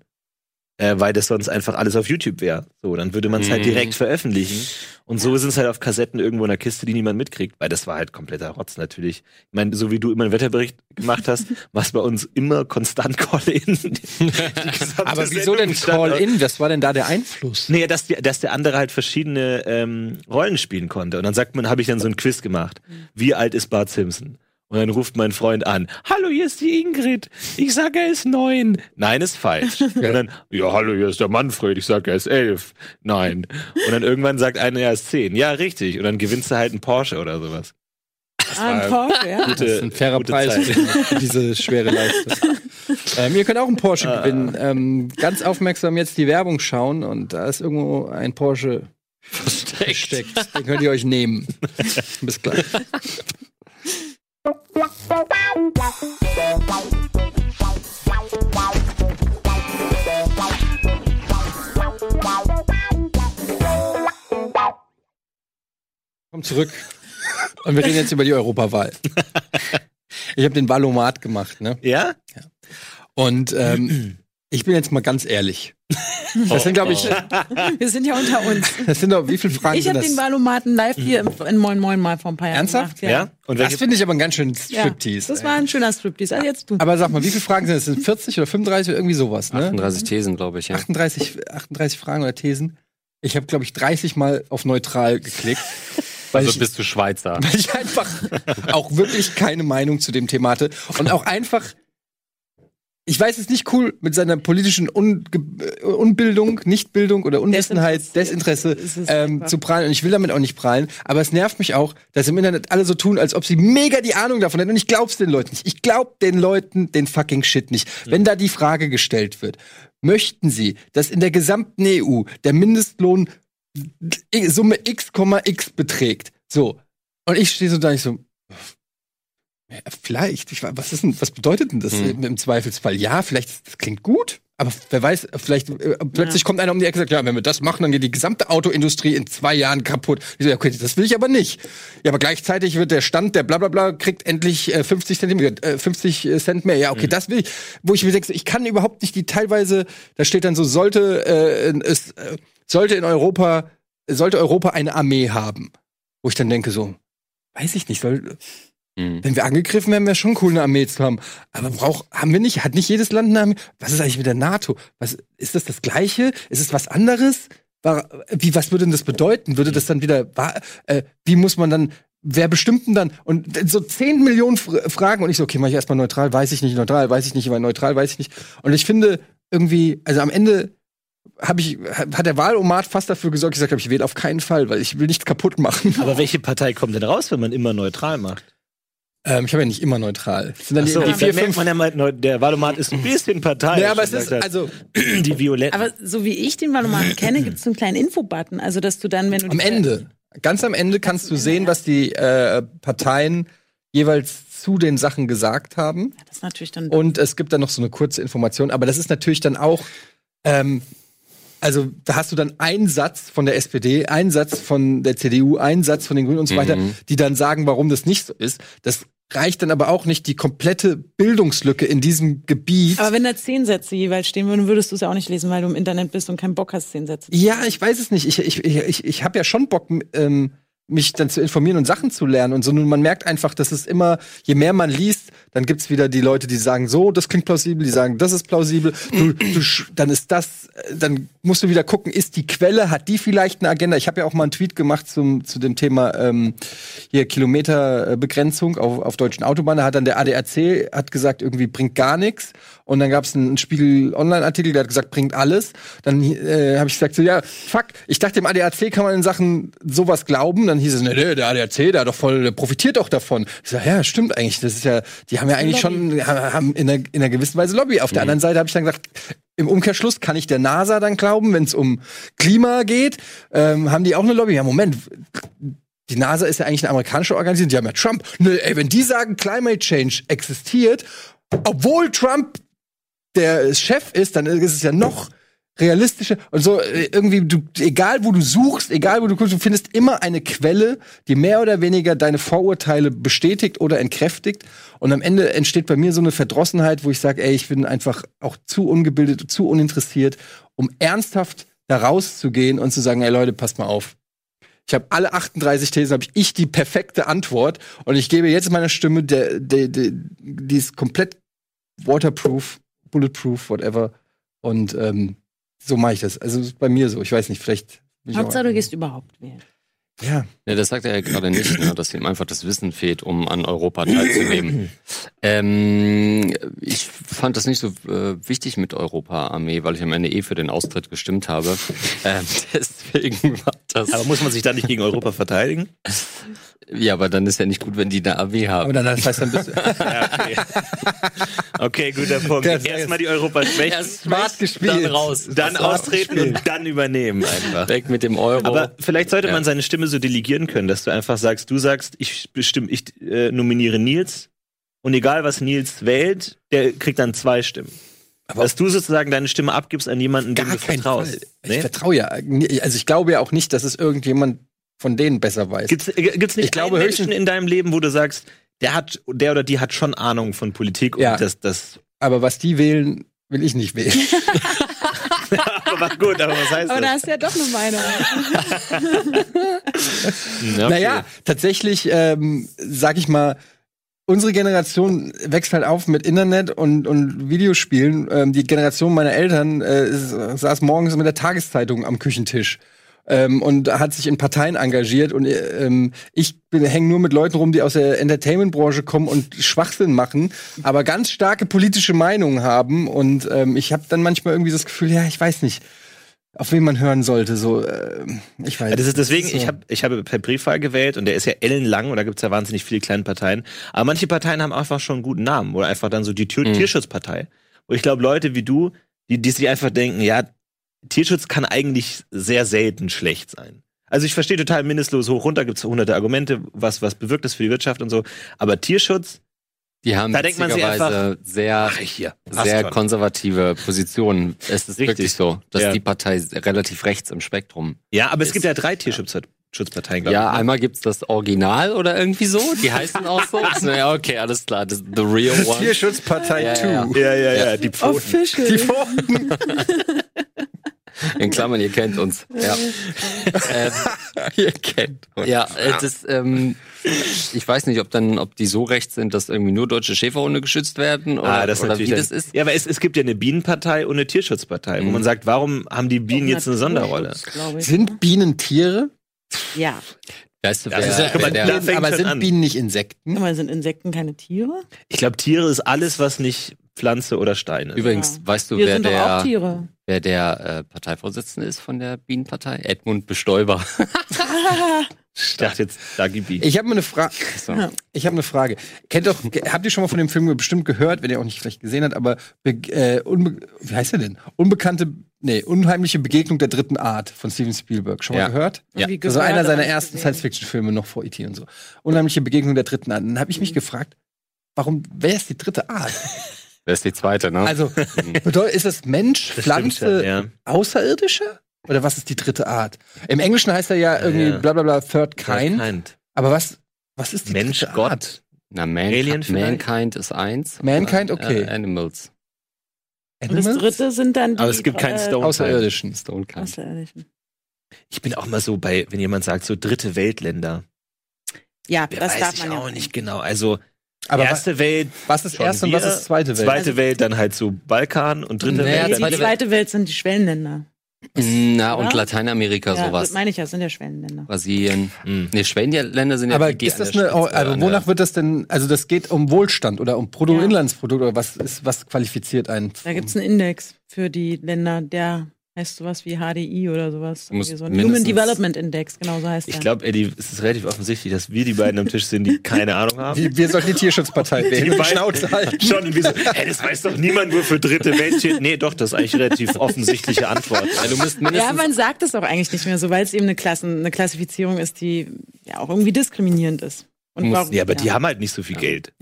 äh, weil das sonst einfach alles auf YouTube wäre. So, dann würde man es halt
Mhm.
direkt veröffentlichen. Und so sind es halt auf Kassetten irgendwo in der Kiste, die niemand mitkriegt, weil das war halt kompletter Rotz natürlich. Ich meine, so wie du immer einen Wetterbericht gemacht hast, machst bei uns immer konstant Call-In. Die gesamte
aber wieso
Sendung
denn
stand auf-
Call-In? Was war denn da der Einfluss?
Nee, dass, die, dass der andere halt verschiedene ähm, Rollen spielen konnte. Und dann sagt man, habe ich dann so ein Quiz gemacht. Wie alt ist Bart Simpson? Und dann ruft mein Freund an. Hallo, hier ist die Ingrid. Ich sag, er ist neun. Nein, ist falsch. Und dann, ja, hallo, hier ist der Manfred. Ich sag, er ist elf. Nein. Und dann irgendwann sagt einer, er ist zehn. Ja, richtig. Und dann gewinnst du halt einen Porsche oder sowas.
Ah, ein Porsche, ja.
Das ist ein fairer
gute
Preis
Zeit.
für diese schwere Leistung. ähm, ihr könnt auch einen Porsche
Ah.
gewinnen. Ähm, ganz aufmerksam jetzt die Werbung schauen und da ist irgendwo ein Porsche versteckt. Den könnt ihr euch nehmen. Bis gleich. Komm zurück. Und wir reden jetzt über die Europawahl. Ich habe den Wahlomat gemacht, ne?
Ja?
Und ähm, ich bin jetzt mal ganz ehrlich. Das sind, glaube ich,
Oh,
Wir sind ja unter uns.
das sind doch, wie viele Fragen
Ich
sind
habe
das?
den Valomaten live hier im, in Moin Moin mal vor ein paar Jahren
Ernsthaft?
gemacht.
Ja? Und
das
welche,
finde ich aber einen ganz schönen
Ja.
Striptease.
Das
ey.
war ein schöner Striptease. Also jetzt du.
aber sag mal, wie viele Fragen sind das? Sind 40 oder 35 oder irgendwie sowas, ne?
38 Thesen, glaube ich, ja.
38, 38 Fragen oder Thesen. Ich habe, glaube ich, 30 Mal auf neutral geklickt. Weil
Also
ich,
bist du Schweizer.
weil ich einfach auch wirklich keine Meinung zu dem Thema hatte. Und auch einfach, ich weiß es nicht cool, mit seiner politischen Unge äh, Unbildung, Nichtbildung oder Unwissenheit, Desinteresse
Ist es
ähm,
einfach.
zu prahlen. Und ich will damit auch nicht prahlen. Aber es nervt mich auch, dass im Internet alle so tun, als ob sie mega die Ahnung davon hätten. Und ich glaub's den Leuten nicht. Ich glaub den Leuten den fucking Shit nicht.
Hm.
Wenn da die Frage gestellt wird, möchten sie, dass in der gesamten EU der Mindestlohn Summe x, x beträgt. So. Und ich stehe so da, ich so, ja, vielleicht. Ich, wa- was, ist denn, was bedeutet denn das im, im Zweifelsfall? Ja, vielleicht ist- das klingt gut, aber wer weiß, vielleicht äh, plötzlich kommt einer um die Ecke und sagt, ja, wenn wir das machen, dann geht die gesamte Autoindustrie in zwei Jahren kaputt. Ich so, ja, okay, das will ich aber nicht. Ja, aber gleichzeitig wird der Stand, der blablabla, kriegt endlich äh, 50, Zentimeter, äh, 50 Cent mehr. Ja, okay, das will ich. Wo ich mir denke, so, ich kann überhaupt nicht die teilweise, da steht dann so, sollte äh, es, äh, sollte in Europa, sollte Europa eine Armee haben. Wo ich dann denke, so, weiß ich nicht, soll,
Mhm.
wenn wir angegriffen wären, wäre schon cool, eine Armee zu haben. Aber brauch, haben wir nicht, hat nicht jedes Land eine Armee? Was ist eigentlich mit der NATO? Was, ist das das Gleiche? Ist es was anderes? War, wie, was würde denn das bedeuten? Würde das dann wieder, war, äh, wie muss man dann, wer bestimmt denn dann? Und so 10 Millionen Fr Fragen und ich so, okay, mach ich erstmal neutral, weiß ich nicht, neutral, weiß ich nicht, weil neutral, weiß ich nicht. Und ich finde irgendwie, also am Ende, hab ich, hat der Wahlomat fast dafür gesorgt, ich sage, ich wähle auf keinen Fall, weil ich will nichts kaputt machen.
aber welche Partei kommt denn raus, wenn man immer neutral macht?
Ähm, ich habe ja nicht immer neutral. Das sind dann
Ach so,
die, die
da
vier,
merkt
fünf
man ja mal, neu- der Wahlomat ist ein bisschen Partei.
Ja, aber es ist, also
die Violetten.
Aber so wie ich den Valomaten kenne, gibt es einen kleinen Infobutton. Also, dass du dann, wenn du.
am Ende, ganz am Ende kannst du sehen, was die äh, Parteien jeweils zu den Sachen gesagt haben.
Das ist natürlich dann.
Und es gibt dann noch so eine kurze Information, aber das ist natürlich dann auch, ähm, also da hast du dann einen Satz von der SPD, einen Satz von der CDU, einen Satz von den Grünen und so weiter,
Mhm.
die dann sagen, warum das nicht so ist. Das reicht dann aber auch nicht die komplette Bildungslücke in diesem Gebiet.
aber wenn da zehn Sätze jeweils stehen würden, würdest du es ja auch nicht lesen, weil du im Internet bist und keinen Bock hast, zehn Sätze.
Ja, ich weiß es nicht. Ich, ich, ich, ich, ich habe ja schon Bock, m- ähm, mich dann zu informieren und Sachen zu lernen und so. Nun, man merkt einfach, dass es immer, je mehr man liest, dann gibt's wieder die Leute, die sagen, so, das klingt plausibel, die sagen, das ist plausibel. Du, du, sch- dann ist das, äh, dann musst du wieder gucken, ist die Quelle, hat die vielleicht eine Agenda? Ich habe ja auch mal einen Tweet gemacht zum, zu dem Thema ähm, hier Kilometerbegrenzung auf, auf deutschen Autobahnen. Da hat dann der ADAC hat gesagt, irgendwie bringt gar nichts. Und dann gab es einen Spiegel-Online-Artikel, der hat gesagt, bringt alles. Dann äh, habe ich gesagt, so, ja, fuck, ich dachte, dem ADAC kann man in Sachen sowas glauben. Dann hieß es, nee, nee, der ADAC, der, hat doch voll, der profitiert doch davon. Ich sag, ja, stimmt eigentlich. Das ist ja, die haben ja eigentlich schon ha- haben in, einer, in einer gewissen Weise Lobby. Auf der anderen Seite habe ich dann gesagt, im Umkehrschluss kann ich der NASA dann glauben, wenn es um Klima geht, ähm, haben die auch eine Lobby. Ja, Moment, die NASA ist ja eigentlich eine amerikanische Organisation, die haben ja Trump. Nö, ey, wenn die sagen, Climate Change existiert, obwohl Trump der Chef ist, dann ist es ja noch realistischer. Und so äh, irgendwie, du, egal wo du suchst, egal wo du guckst, du findest immer eine Quelle, die mehr oder weniger deine Vorurteile bestätigt oder entkräftigt. Und am Ende entsteht bei mir so eine Verdrossenheit, wo ich sage, ey, ich bin einfach auch zu ungebildet, zu uninteressiert, um ernsthaft da rauszugehen und zu sagen, ey Leute, passt mal auf. Ich habe alle 38 Thesen, habe ich die perfekte Antwort und ich gebe jetzt meiner Stimme, der, der, der, die ist komplett waterproof, bulletproof, whatever. Und ähm, so mache ich das. Also ist bei mir so. Ich weiß nicht, vielleicht. bin ich auch-
Hauptsache, du gehst überhaupt wählen.
Ja.
Ja, das sagt er ja gerade nicht, ne? dass ihm einfach das Wissen fehlt, um an Europa teilzunehmen. ähm, ich fand das nicht so äh, wichtig mit Europa-Armee, weil ich am Ende eh für den Austritt gestimmt habe. ähm, deswegen war das.
aber muss man sich da nicht gegen Europa verteidigen?
ja, aber dann ist ja nicht gut, wenn die eine Armee
Aber
haben.
dann das heißt dann bist du
Ja, okay. okay, guter Punkt.
Ja, das-
Erstmal die Europa schwächen,
Erst
smart gespielt.
Dann raus.
dann austreten und dann übernehmen einfach.
Weg mit dem Euro.
Oh.
Aber vielleicht sollte
Ja.
man seine Stimme so delegieren können, dass du einfach sagst, du sagst, ich bestimme, ich äh, nominiere Nils und egal was Nils wählt, der kriegt dann zwei Stimmen. dass du sozusagen deine Stimme abgibst an jemanden, dem
gar
du
kein Fall.
vertraust.
Ich vertraue ja. Also ich glaube ja auch nicht, dass es irgendjemand von denen besser weiß.
Gibt's, äh, gibt's nicht
Ich glaube
einen
höchstens-
Menschen in deinem Leben, wo du sagst, der hat, der oder die hat schon Ahnung von Politik
Ja.
und das, das
Aber was die wählen, will ich nicht wählen.
aber gut, aber was heißt
Aber da
das?
hast du ja doch eine Meinung.
Ja, okay.
Naja, tatsächlich, ähm, sag ich mal, unsere Generation wächst halt auf mit Internet und, und Videospielen. Ähm, die Generation meiner Eltern äh, s- saß morgens mit der Tageszeitung am Küchentisch. Ähm, und hat sich in Parteien engagiert und äh, ähm, ich hänge nur mit Leuten rum, die aus der Entertainment-Branche kommen und Schwachsinn machen, aber ganz starke politische Meinungen haben und ähm, ich habe dann manchmal irgendwie das Gefühl, ja, ich weiß nicht, auf wen man hören sollte. So, ähm, ich weiß.
Ja, Das ist deswegen,
So.
ich habe ich habe per Briefwahl gewählt und der ist ja ellenlang und da gibt's ja wahnsinnig viele kleine Parteien. Aber manche Parteien haben einfach schon einen guten Namen oder einfach dann so die Tür
Mhm.
Tierschutzpartei. Und ich glaube, Leute wie du, die, die sich einfach denken, ja, Tierschutz kann eigentlich sehr selten schlecht sein. Also ich verstehe total mindestlos hoch runter, gibt's hunderte Argumente, was, was bewirkt das für die Wirtschaft und so. Aber Tierschutz,
Die haben
Da denkt man sich einfach,
witzigerweise sehr,
ach ich hier, passt
sehr
schon.
konservative Positionen. Es ist
Richtig.
wirklich so, dass
Ja.
die Partei relativ rechts im Spektrum.
Ja, aber es
ist-
gibt ja drei Tierschutzparteien, glaube
Ja, einmal gibt's das Original oder irgendwie so. Die heißen auch so. naja, okay, alles klar. Das the real one.
Tierschutzpartei
Ja,
2.
ja,
ich. Ja, ja, ja, die
Oh,
Pfoten.
Official.
Die Pfoten.
In Klammern, ihr kennt uns. Ja. ähm,
Ihr kennt uns.
Ja, äh, das, ähm, ich weiß nicht, ob dann, ob die so recht sind, dass irgendwie nur deutsche Schäferhunde geschützt werden oder,
Ah, das ist
oder wie
natürlich
das
dann-
ist.
Ja, aber es, es gibt ja eine Bienenpartei und eine Tierschutzpartei, wo man sagt, warum haben die Bienen jetzt eine Sonderrolle?
Naturschutz, glaub ich.
Sind Bienen Tiere?
Ja.
Weißt du,
Das ist ja- guck mal,
der-
da fängt
aber
schon
sind
an.
Bienen nicht Insekten?
Aber sind Insekten keine Tiere?
Ich glaube, Tiere ist alles, was nicht Pflanze oder Stein ist.
übrigens,
Ja.
weißt du,
Wir
wer
sind doch auch
der,
Tiere.
wer der äh, Parteivorsitzende ist von der Bienenpartei? Edmund Bestäuber.
Ich dachte jetzt, da gibt Bienen.
Ich habe mal eine Frage.
So.
Ich habe eine Frage. Kennt doch, ge- habt ihr schon mal von dem Film bestimmt gehört, wenn ihr auch nicht vielleicht gesehen habt, aber Be äh, unbe wie heißt er denn? Unbekannte, nee, unheimliche Begegnung der dritten Art von Steven Spielberg. Schon
Ja.
mal gehört?
Ja.
Irgendwie
Das war
gehört,
einer seiner
aber nicht
ersten
gesehen.
Science-Fiction-Filme noch vor E.T. und so. Unheimliche Begegnung der dritten Art. Dann habe ich
Mhm.
mich gefragt, warum, wer ist die dritte Art?
Hm.
Wer ist die zweite, ne?
Also, bedeutet, ist das Mensch,
Das stimmt
Pflanze,
schon, ja.
Außerirdische? Oder was ist die dritte Art? Im Englischen heißt er ja irgendwie
Ja.
bla bla bla Third Kind.
Kind.
Aber was, was ist die
Mensch,
dritte
Gott.
Art?
Na, Man
Alien vielleicht?
Mankind ist eins.
Mankind, okay.
Äh, Animals.
Und das
Animals?
dritte sind dann die.
Aber es gibt keinen
äh,
Stone.
Außerirdischen.
Stonekind.
Außerirdischen.
Ich bin auch mal so bei, wenn jemand sagt, so dritte Weltländer.
Ja,
Wer
das
weiß
darf
ich
man ja
auch nicht genau. Also
Aber was,
erste Welt,
was ist
schon
erste und was
wir,
ist zweite Welt?
zweite Welt, dann halt so Balkan und dritte
Naja,
Welt.
Nee,
Dann halt
zweite
die zweite Welt sind die Schwellenländer.
Na, und
Ja.
Lateinamerika,
ja,
sowas.
Das meine ich ja, sind ja Schwellenländer.
Brasilien.
Mhm.
Ne, Schwellenländer sind ja
aber
die, die
ist
an
das eine,
der Spitze- ne?
also
an der-
wonach wird das denn, also das geht um Wohlstand oder um Brutto-
Ja.
Inlandsprodukt oder was ist, was qualifiziert einen?
Da gibt es einen Index für die Länder, der heißt sowas wie HDI oder sowas.
Du musst
Irgendwie so ein
mindestens-
Human Development Index, genau so heißt
Ich
der.
glaube, Eddie, es ist relativ offensichtlich, dass wir die beiden am Tisch sind, die keine Ahnung haben.
wir, wir sollten die Tierschutzpartei
Die
wählen.
beiden
Schnauze halten.
Schon wie so, hä, das weiß doch niemand, wofür dritte Welt steht. Nee, doch, das ist eigentlich relativ offensichtliche Antwort.
Ja,
Also,
du musst
ja,
mindestens
man sagt es auch eigentlich nicht mehr so, weil es eben eine, Klassen, eine Klassifizierung ist, die ja auch irgendwie diskriminierend ist. Und
Muss-
ja, aber die haben halt nicht so viel Geld.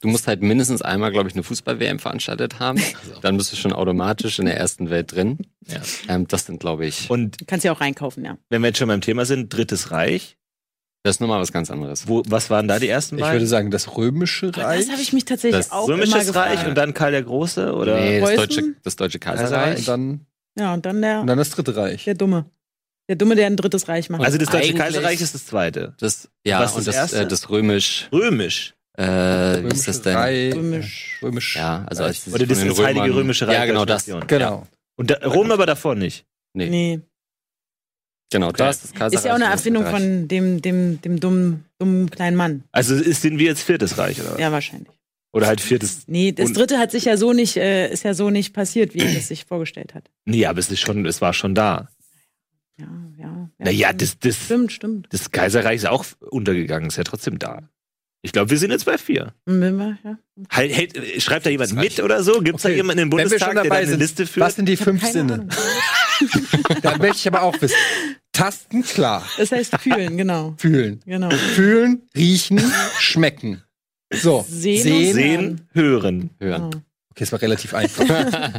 Du musst halt mindestens einmal, glaube ich, eine Fußball-WM veranstaltet haben. Dann bist du schon automatisch in der ersten Welt drin.
Also. Ja.
Ähm, das sind, glaube ich,
Und
Du kannst ja auch reinkaufen, ja.
wenn wir jetzt schon beim Thema sind, Drittes Reich,
das ist nochmal was ganz anderes.
wo, was waren da die ersten
Ich würde
beiden?
sagen, das römische Reich.
Das habe ich mich tatsächlich
Das
auch immer
Römisches
gefragt.
Reich und dann Karl der Große? Oder?
nee, das
Preußen?
deutsche, das deutsche
Also,
Kaiserreich.
und dann,
Ja, und dann der,
und dann das dritte Reich.
der Dumme. Der Dumme, der ein drittes Reich macht.
Also das Deutsche
Eigentlich-
Kaiserreich ist das zweite.
Das, ja,
Was ist
und
das
das, äh,
erste?
das römisch,
Römisch.
äh, wie ist das denn?
Reich.
Römisch.
Römisch.
Ja, also als sie
Oder
sich
das,
von den
das Heilige
Römern-
Römische Reich.
Ja, genau
als
das.
Nation.
Genau.
Und da, Rom aber davor nicht.
Nee,
nee.
genau
Okay.
das. das Kaiserreich.
Ist ja auch eine
das
Erfindung
Kaiserreich.
von dem, dem, dem dummen, dummen kleinen Mann.
Also ist, sind wir jetzt Viertes Reich, oder? was?
Ja, wahrscheinlich.
Oder halt Viertes.
Nee, das
Und-
dritte hat sich ja so nicht, äh, ist ja so nicht passiert, wie er das sich vorgestellt hat.
Nee, aber es ist schon, es war schon da.
Ja, ja. ja
Naja,
stimmt.
das, das,
Stimmt, stimmt.
das Kaiserreich ist auch untergegangen, ist ja trotzdem da. Ich glaube, wir sind jetzt bei vier.
Hm, wenn wir- Ja.
Halt, hält, schreibt da jemand
Das reicht.
mit oder so? Gibt es da
Okay.
jemanden im
Wenn wir
Bundestag,
schon
der da
dabei
eine
sind,
Liste führt?
was sind die fünf
Keine
Sinne?
Ahnung.
Da möchte ich aber auch wissen. Tasten, klar.
Das heißt fühlen, genau.
Fühlen.
Genau.
Fühlen, riechen, schmecken. So.
Sehen und
Sehen, hören.
Hören.
Okay, es war relativ einfach.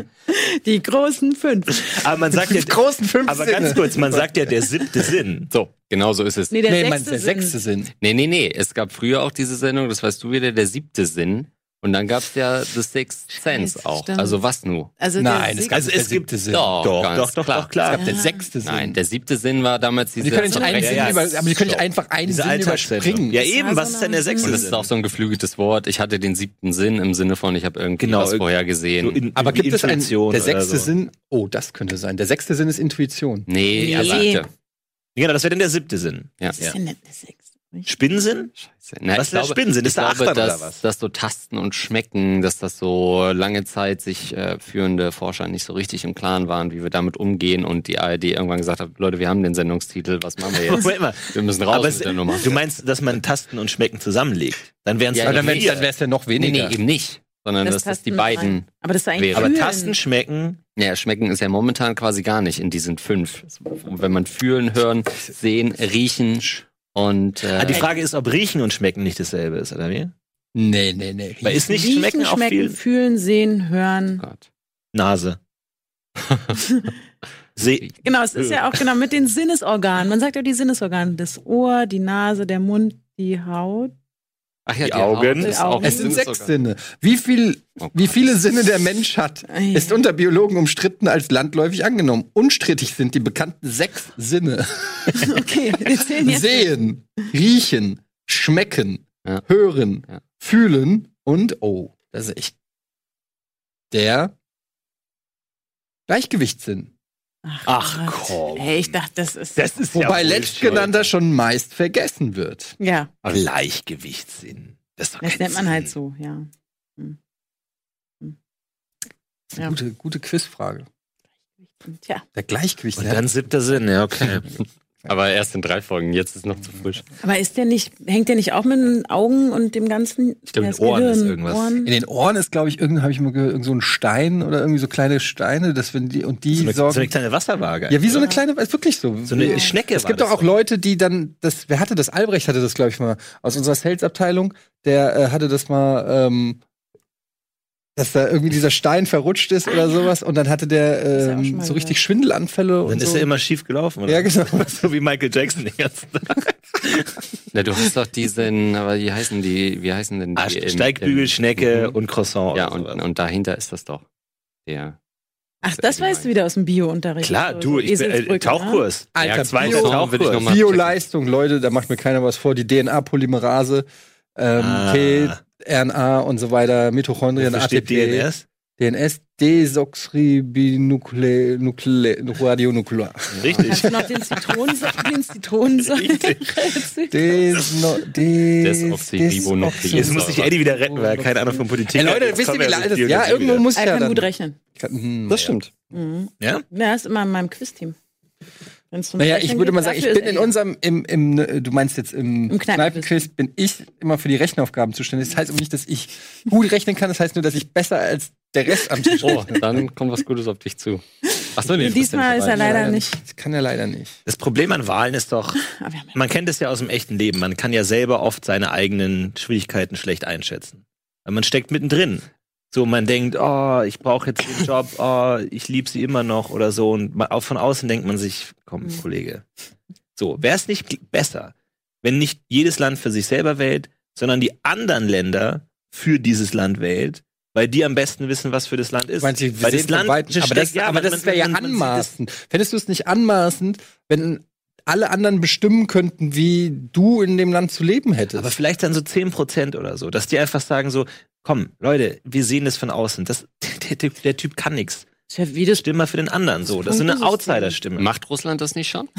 Die großen fünf.
Aber man sagt ja,
Die großen fünf
aber
Sinne.
ganz kurz, man sagt ja der siebte Sinn.
So, genau so ist es.
Nee, der
nee,
sechste.
mein, der
Sinn.
sechste Sinn.
Nee, nee, nee. Es gab früher auch diese Sendung, das weißt du wieder, der siebte Sinn. Und dann gab's ja The Sixth Sense
Scheiße,
auch.
stimmt.
Also was nu?
Also
Nein,
der Ah.
es
Sieg-
gab
Also
nicht
es
der
gibt-
siebte Sinn.
Doch,
Doch,
ganz
doch, doch,
klar.
doch, klar.
Es gab der sechste Sinn.
Nein, der siebte Sinn war damals diese.
die können nicht einen
Ja,
Sinn
ja,
über,
es-
aber die können nicht
doch.
einfach einen
Diese
Sinn
Alltagssendung.
überspringen.
Ja,
Das war
eben, was
so
ist denn der
eine-
sechste
und das ist auch so ein geflügeltes Wort. Ich hatte den siebten Sinn im Sinne von, ich habe irgendwie
Genau,
was vorher
So
gesehen.
in-
aber
irgendwie
gibt es einen,
Intuition
der
oder
sechste
so.
Sinn, oh, das könnte sein. Der sechste Sinn ist Intuition.
Nee,
Nee.
der siebte.
Genau, das wäre dann der siebte Sinn.
Ja.
Was ist denn der Sechste?
Spinnsinn?
Scheiße. Na,
Was
ich
ist der
glaube-
Spinnsinn?
Ich
Ist der
glaube,
Achtern oder
dass,
was?
dass so Tasten und Schmecken, dass das so lange Zeit sich äh, führende Forscher nicht so richtig im Klaren waren, wie wir damit umgehen und die ARD irgendwann gesagt hat, Leute, wir haben den Sendungstitel, was machen wir jetzt?
Moment mal.
Wir müssen raus
Aber
mit
es-
der Nummer.
Du meinst, dass man Tasten und Schmecken zusammenlegt? Dann wären es
Ja,
Aber dann
wär-
vier.
wäre es ja noch
Nee, nee,
weniger.
eben nicht. Sondern dass das die beiden.
Aber das ist eigentlich.
wäre.
Aber
Fühlen.
Tasten schmecken.
Ja, schmecken ist ja momentan quasi gar nicht in diesen fünf. Wenn man fühlen, hören, sehen, riechen und äh,
Ah, die Frage ist, ob riechen und schmecken nicht dasselbe ist, oder wie?
nee, nee, nee.
Weil ist nicht
Riechen,
schmecken, auch viel
fühlen, sehen, hören.
Oh Gott.
Nase. Se
Genau, es ist ja auch genau mit den Sinnesorganen. Man sagt ja die Sinnesorgane, das Ohr, die Nase, der Mund, die Haut.
Ach ja,
Die Augen.
ist
Die
auch
Augen.
Es sind
Sinn
sechs
sogar.
Sinne. Wie, viel,
Oh
wie
Gott.
viele Sinne der Mensch hat,
Ei.
Äh, ist unter Biologen umstritten als landläufig angenommen. Unstrittig sind die bekannten sechs Sinne.
Okay, wir zählen jetzt.
Sehen, riechen, schmecken,
Ja.
hören,
Ja.
fühlen und, oh, das ist echt der Gleichgewichtssinn.
Ach komm.
Ey, ich dachte, das ist.
Das ist
Wobei
ja wohl
letztgenannter
schon-
schon meist vergessen wird.
ja,
Gleichgewichtssinn. Das, ist doch
das
kein
nennt man
Sinn.
halt so, ja.
Das ist eine
Ja.
gute, gute Quizfrage.
Tja,
Der Gleichgewichtssinn.
Und dann siebter Sinn, ja, okay.
Aber erst in drei Folgen, jetzt ist noch zu frisch.
aber ist der nicht, hängt der nicht auch mit den Augen und dem ganzen ich
glaub, in den Ohren ist irgendwas.
In den Ohren ist, glaube ich, irgendein, habe ich mal gehört, irgend so ein Stein oder irgendwie so kleine Steine, dass wenn die und die
So eine, so
sorgen.
eine kleine Wasserwaage.
ja, wie so eine kleine, ist wirklich so.
So eine Schnecke
Es
war
gibt
das
doch auch
doch.
Leute, die dann, das, wer hatte das? Albrecht hatte das, glaube ich, mal aus unserer Sales-Abteilung. Der äh, hatte das mal, ähm, dass da irgendwie dieser Stein verrutscht ist oder sowas und dann hatte
Das
der
hab ich schon
ähm,
mal
so richtig
gehört.
Schwindelanfälle und
Dann
so.
ist er immer schief gelaufen, oder?
Ja, genau.
So wie Michael Jackson den ganzen Tag.
Na, du hast doch diesen, aber wie heißen die, wie heißen denn die?
Ah,
im-
Steigbügel,
im-
Schnecke
Mhm.
und Croissant.
Ja,
oder
und,
sowas.
und dahinter ist das doch. Der.
Ach, das weißt du wieder aus dem Bio-Unterricht.
Klar,
So-
du,
so
ich bin
Eselsbrücken, ne?
äh, Tauchkurs.
Alter,
ja, zweiter
Bio-
will ich
Tauchkurs.
noch mal-
Bioleistung, Leute, da macht mir keiner was vor. Die DNA-Polymerase, ähm,
Ah.
T, RNA und so weiter, Mitochondrien,
Wofür steht
ATP,
DNS?
DNS, Desoxribinucleadionuklear.
ne?
Richtig.
Kannst du noch den Zitronensaft, den Zitronensaft.
Desoxyribonucleic.
Jetzt muss sich Eddie wieder retten, weil er keine Ahnung von Politik
Ey, Leute,
Jetzt
wisst ihr,
kommen
wie
wir also
alt
mit
ist? Ja,
Biologie
irgendwo
wieder.
muss ich
Er
ja
kann
dann.
gut rechnen.
Hm,
Das
ja.
stimmt.
Mhm.
Ja?
Ja, ist immer in meinem Quiz-Team. Wenn's ums
Naja,
Rechnen
ich würde
geht,
mal sagen, ich
dafür
bin
ist
in
er-
unserem, im, im, ne, du meinst jetzt im,
Im Kneipenquiz.
Kneipenquiz, bin ich immer für die Rechenaufgaben zuständig. Das heißt aber nicht, dass ich gut rechnen kann, das heißt nur, dass ich besser als der Rest am Tisch
Oh, dann kommt was Gutes auf dich zu. Achso, nee, du bist ja
Diesmal
nicht
ist er
dabei.
leider nicht.
Das kann er leider nicht.
Das Problem an Wahlen ist doch,
Aber Ah, wir haben ja
man kennt es ja aus dem echten Leben. Man kann ja selber oft seine eigenen Schwierigkeiten schlecht einschätzen. Weil man steckt mittendrin. So, man denkt, oh, ich brauche jetzt den Job, oh, ich liebe sie immer noch oder so. Und ma- auch von außen denkt man sich, komm,
Mhm.
Kollege. So, wäre es nicht gl- besser, wenn nicht jedes Land für sich selber wählt, sondern die anderen Länder für dieses Land wählt, weil die am besten wissen, was für das Land ist.
Meinst du, wir
weil
sehen von weitem, aber das,
steckt- ja,
aber
man-
das
man-
wäre ja
man- man sieht es-
anmaßend. Fändest du es nicht anmaßend, wenn alle anderen bestimmen könnten, wie du in dem Land zu leben hättest?
Aber vielleicht dann so 10% oder so, dass die einfach sagen so, komm, Leute, wir sehen das von außen. Das, der, der, der Typ kann nichts.
ist ja wie das
Stimm mal für den anderen so. Das ist so eine
Punktesystem.
Outsider-Stimme.
Macht Russland das nicht schon?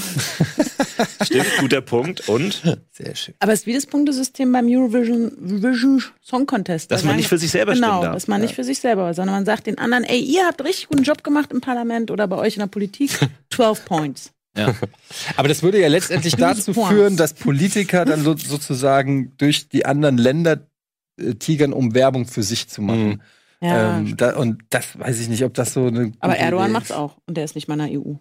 Stimmt, guter Punkt. Und?
Sehr schön.
Aber es ist wie das Punktesystem beim Eurovision Vision Song Contest.
Dass
Da
man
sagen-
nicht für sich selber
genau,
stimmen darf.
dass man nicht für sich selber, sondern man sagt den anderen, ey, ihr habt richtig guten Job gemacht im Parlament oder bei euch in der Politik. 12 Points.
Aber das würde ja letztendlich dazu
Points.
führen, dass Politiker dann so, sozusagen durch die anderen Länder äh, tigern, um Werbung für sich zu machen.
Ja.
Ähm, da, und das weiß ich nicht, ob das so eine.
aber
gute
Erdogan
Idee
macht's
ist.
auch und der ist nicht mal in der E EU.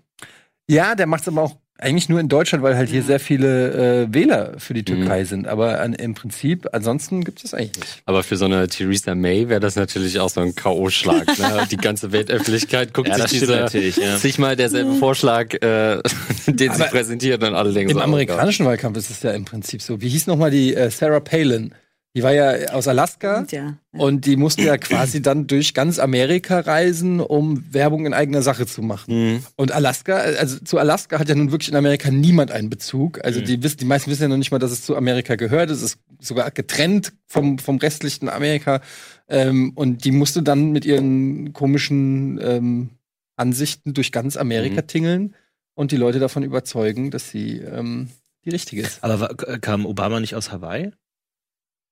Ja, der macht es aber auch eigentlich nur in Deutschland, weil halt hier
Ja.
sehr viele äh, Wähler für die Türkei sind. Aber an, im Prinzip, ansonsten gibt es das eigentlich nicht.
Aber für so eine Theresa May wäre das natürlich auch so ein K.O.-Schlag. Ne? Die ganze Weltöffentlichkeit guckt
Ja, das
sich
stimmt
diese,
natürlich, ja.
sich mal derselbe Vorschlag, äh, den sie
Aber
präsentiert und alle denken
Im
so, oh Gott.
amerikanischen Wahlkampf ist es ja im Prinzip so. Wie hieß nochmal die äh, Sarah Palin? Die war ja aus Alaska
Stimmt Ja. ja.
und die musste ja quasi dann durch ganz Amerika reisen, um Werbung in eigener Sache zu machen.
Hm.
Mhm.
Und Alaska, also zu Alaska hat ja nun wirklich in Amerika niemand einen Bezug. Also die wissen, die meisten wissen ja noch nicht mal, dass es zu Amerika gehört. Es ist sogar getrennt vom, vom restlichen Amerika. Ähm, und die musste dann mit ihren komischen ähm, Ansichten durch ganz Amerika tingeln und die Leute davon überzeugen, dass sie ähm, die richtige ist.
Aber wa- k- kam Obama nicht aus Hawaii?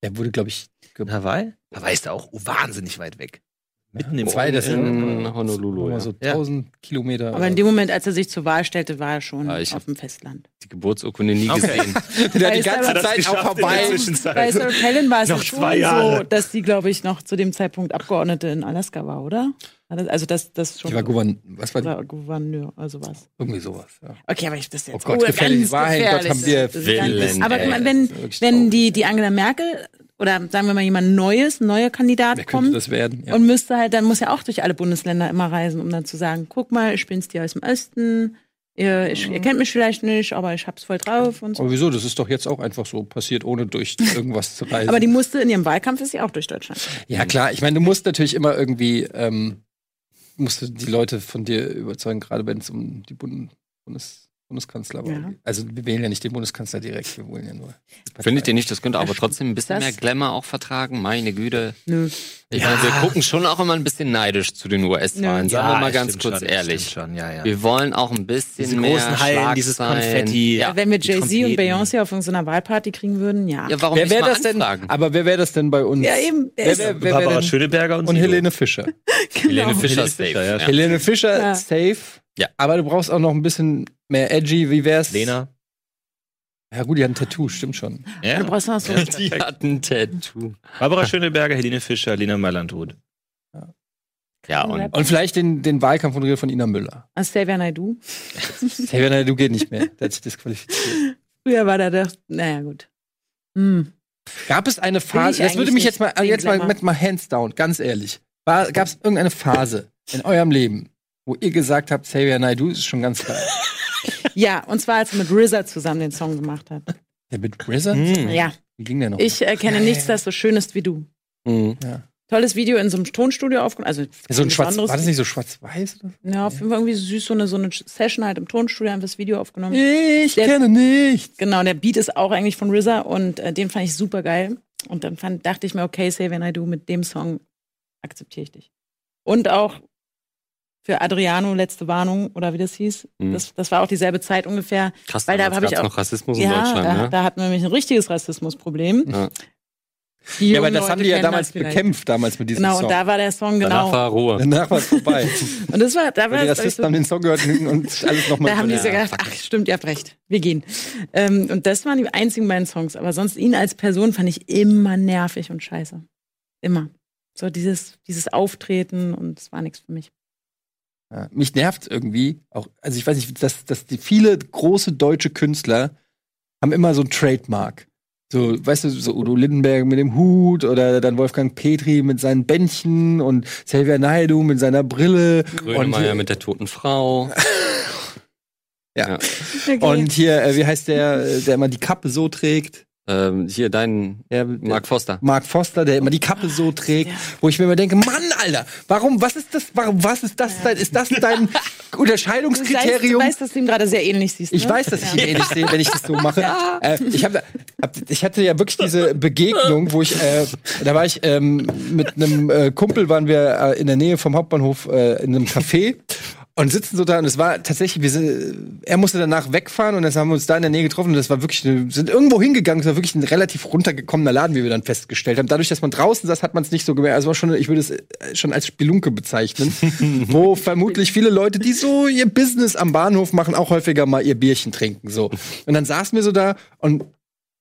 Der wurde, glaube ich,
In Hawaii? Hawaii ist da auch wahnsinnig weit weg. Mitten
Oh.
im
zwei, das sind
In Honolulu, ja.
so
Ja.
1000 Kilometer. äh,
Aber in dem Moment, als er sich zur Wahl stellte, war er schon
Ah, ich hab-
auf dem Festland.
Die Geburtsurkunde nie
Okay.
gesehen.
der die
Weiß
ganze
aber-
Zeit auch vorbei.
Bei Sarah Palin war es
Noch
ja schon
zwei Jahre.
so, dass die, glaube ich, noch zu dem Zeitpunkt Abgeordnete in Alaska war, oder? War das- Also das, das schon.
Die war Gouvern was war die?
oder Gouverneur, also was.
Irgendwie sowas. Ja.
Okay, aber ich das ist
Oh
jetzt
Gott, gefährlich.
ganz
Mein Gott,
gefährlich.
haben wir
Das ist ganz-
Willen,
Aber
ey.
Das
wenn,
ist wirklich
wenn
traurig.
die, die Angela Merkel oder sagen wir mal jemand Neues, neuer Kandidat
Wer könnte
kommt
das werden? Ja.
und müsste halt, dann muss er auch durch alle Bundesländer immer reisen, um dann zu sagen, guck mal, ich bin's dir aus dem Osten, ihr, ich, ihr kennt mich vielleicht nicht, aber ich hab's voll drauf und so.
Aber wieso? Das ist doch jetzt auch einfach so passiert, ohne durch irgendwas zu reisen.
Aber die musste in ihrem Wahlkampf ist sie auch durch Deutschland.
ja, klar. Ich meine, du musst natürlich immer irgendwie, ähm, musst du die Leute von dir überzeugen, gerade wenn es um die Bund Bundes Bundeskanzlerwahl
Ja.
geht. Also, wir wählen ja nicht den Bundeskanzler direkt, wir wählen ja nur. die Partei.
Findet ihr nicht, das könnte aber
stimmt.
trotzdem ein bisschen
Das-
mehr Glamour auch vertragen? Meine Güte.
Nö.
Ich meine, wir gucken schon auch immer ein bisschen neidisch zu den US-Wahlen, sagen wir mal ganz kurz ehrlich.
Schon, ja, ja.
Wir wollen auch ein bisschen
Diese
mehr
großen Hallen, dieses
Schlagzeilen.
Konfetti.
Ja,
Wenn wir
die
Jay-Z und
Trompeten.
Beyoncé auf irgendeiner Wahlparty kriegen würden, ja.
ja warum
Wer
nicht
wäre
mal
das denn?
anfragen?
Aber wer wäre das denn bei uns?
Ja, eben, wer
Wer,
ist-
wär- wer, wär
Barbara
denn?
Schöneberger und
Und
Sido.
Helene Fischer.
Genau.
Helene Fischer
Helene
ist safe.
Fischer, ja,
Ja,
stimmt.
Helene Fischer,
Ja.
safe.
Ja.
Aber du brauchst auch noch ein bisschen mehr edgy. Wie wär's?
Lena.
Ja, gut, die hat ein Tattoo, stimmt schon.
Du brauchst noch so.
Die hat ein Tattoo.
Barbara Schöneberger, Helene Fischer, Lena Meyer-Landrut.
Ja, und
Und vielleicht den, den Wahlkampf von von Ina Müller.
Ah, Xavier Naidoo.
Hey, Werner, du geht nicht mehr. Der hat sich disqualifiziert.
Früher war da der. Naja, gut. Hm.
Gab es eine Phase,
ich
das würde
eigentlich
mich jetzt mal,
nicht.
jetzt mal,
Glamour.
mit mal hands down, ganz ehrlich. War, gab es irgendeine Phase in eurem Leben, wo ihr gesagt habt, Xavier Naidu ist schon ganz geil.
Ja, und zwar als er mit RZA zusammen den Song gemacht hat.
Der mit RZA?
Ja,
Wie ging der noch?
ich erkenne nichts, das so schön ist wie du. Tolles Video in so einem Tonstudio aufgenommen. Also
so ein
nichts
Schwarz, war
anderes.
das nicht so schwarz-weiß? oder
Ja, auf jeden Fall irgendwie süß so eine, so eine Session halt im Tonstudio haben wir das Video aufgenommen.
so? Ich
Der-
kenne nicht.
Genau, der Beat ist auch eigentlich von RZA und äh, den fand ich super geil. Und dann fand, dachte ich mir, okay, Xavier Naidoo, mit dem Song akzeptiere ich dich. Und auch für Adriano, letzte Warnung oder wie das hieß.
Mhm.
Das, das war auch dieselbe Zeit ungefähr.
krass,
Weil da
damals
hab ich
gab's
auch-
noch Rassismus in
Ja,
Deutschland,
da,
ne?
da hatten wir nämlich ein richtiges Rassismusproblem.
Ja.
Die
Ja, aber
jungen
das
Leute
haben die ja
kennen
damals
das vielleicht.
bekämpft, damals mit diesem
Genau,
Song.
und da war der Song,
Danach
genau.
war Ruhe.
Danach war es vorbei.
Und das war, da war
Weil die
das, glaub ich,
Rassisten haben den Song gehört und alles nochmal.
Da haben die
überlegt.
so gedacht, ach stimmt, ihr habt recht, wir gehen. Ähm, und das waren die einzigen beiden Songs. Aber sonst ihn als Person fand ich immer nervig und scheiße. Immer. So dieses, dieses Auftreten und es war nichts für mich.
Ja, mich nervt irgendwie auch, also ich weiß nicht, dass, dass die viele große deutsche Künstler haben immer so ein Trademark. So, weißt du, so Udo Lindenberg mit dem Hut oder dann Wolfgang Petri mit seinen Bändchen und Xavier Naidoo mit seiner Brille.
Grönemeyer
und,
mit der toten Frau.
Und hier, äh, wie heißt der, äh, der immer die Kappe so trägt?
Ähm, hier dein
Der,
Mark Foster.
Mark Foster, der immer die Kappe so trägt, wo ich mir immer denke, Mann, Alter, warum, was ist das, warum, was ist das, dein, ist das dein
du weißt, du
Unterscheidungskriterium?
weißt, dass du ihm gerade sehr ähnlich siehst.
Ich
ne?
weiß, dass ich ihn ähnlich sehe, wenn ich das so mache. Äh, ich, hab, hab, ich hatte ja wirklich diese Begegnung, wo ich, äh, da war ich ähm, mit einem äh, Kumpel, waren wir äh, in der Nähe vom Hauptbahnhof äh, in einem Café und sitzen so da und es war tatsächlich, wir sind, er musste danach wegfahren und dann haben wir uns da in der Nähe getroffen und das war wirklich, eine, sind irgendwo hingegangen, es war wirklich ein relativ runtergekommener Laden, wie wir dann festgestellt haben. Dadurch, dass man draußen saß, hat man es nicht so gemerkt. Also war schon, ich würde es äh, schon als Spelunke bezeichnen, wo vermutlich viele Leute, die so ihr Business am Bahnhof machen, auch häufiger mal ihr Bierchen trinken. So. Und dann saßen wir so da und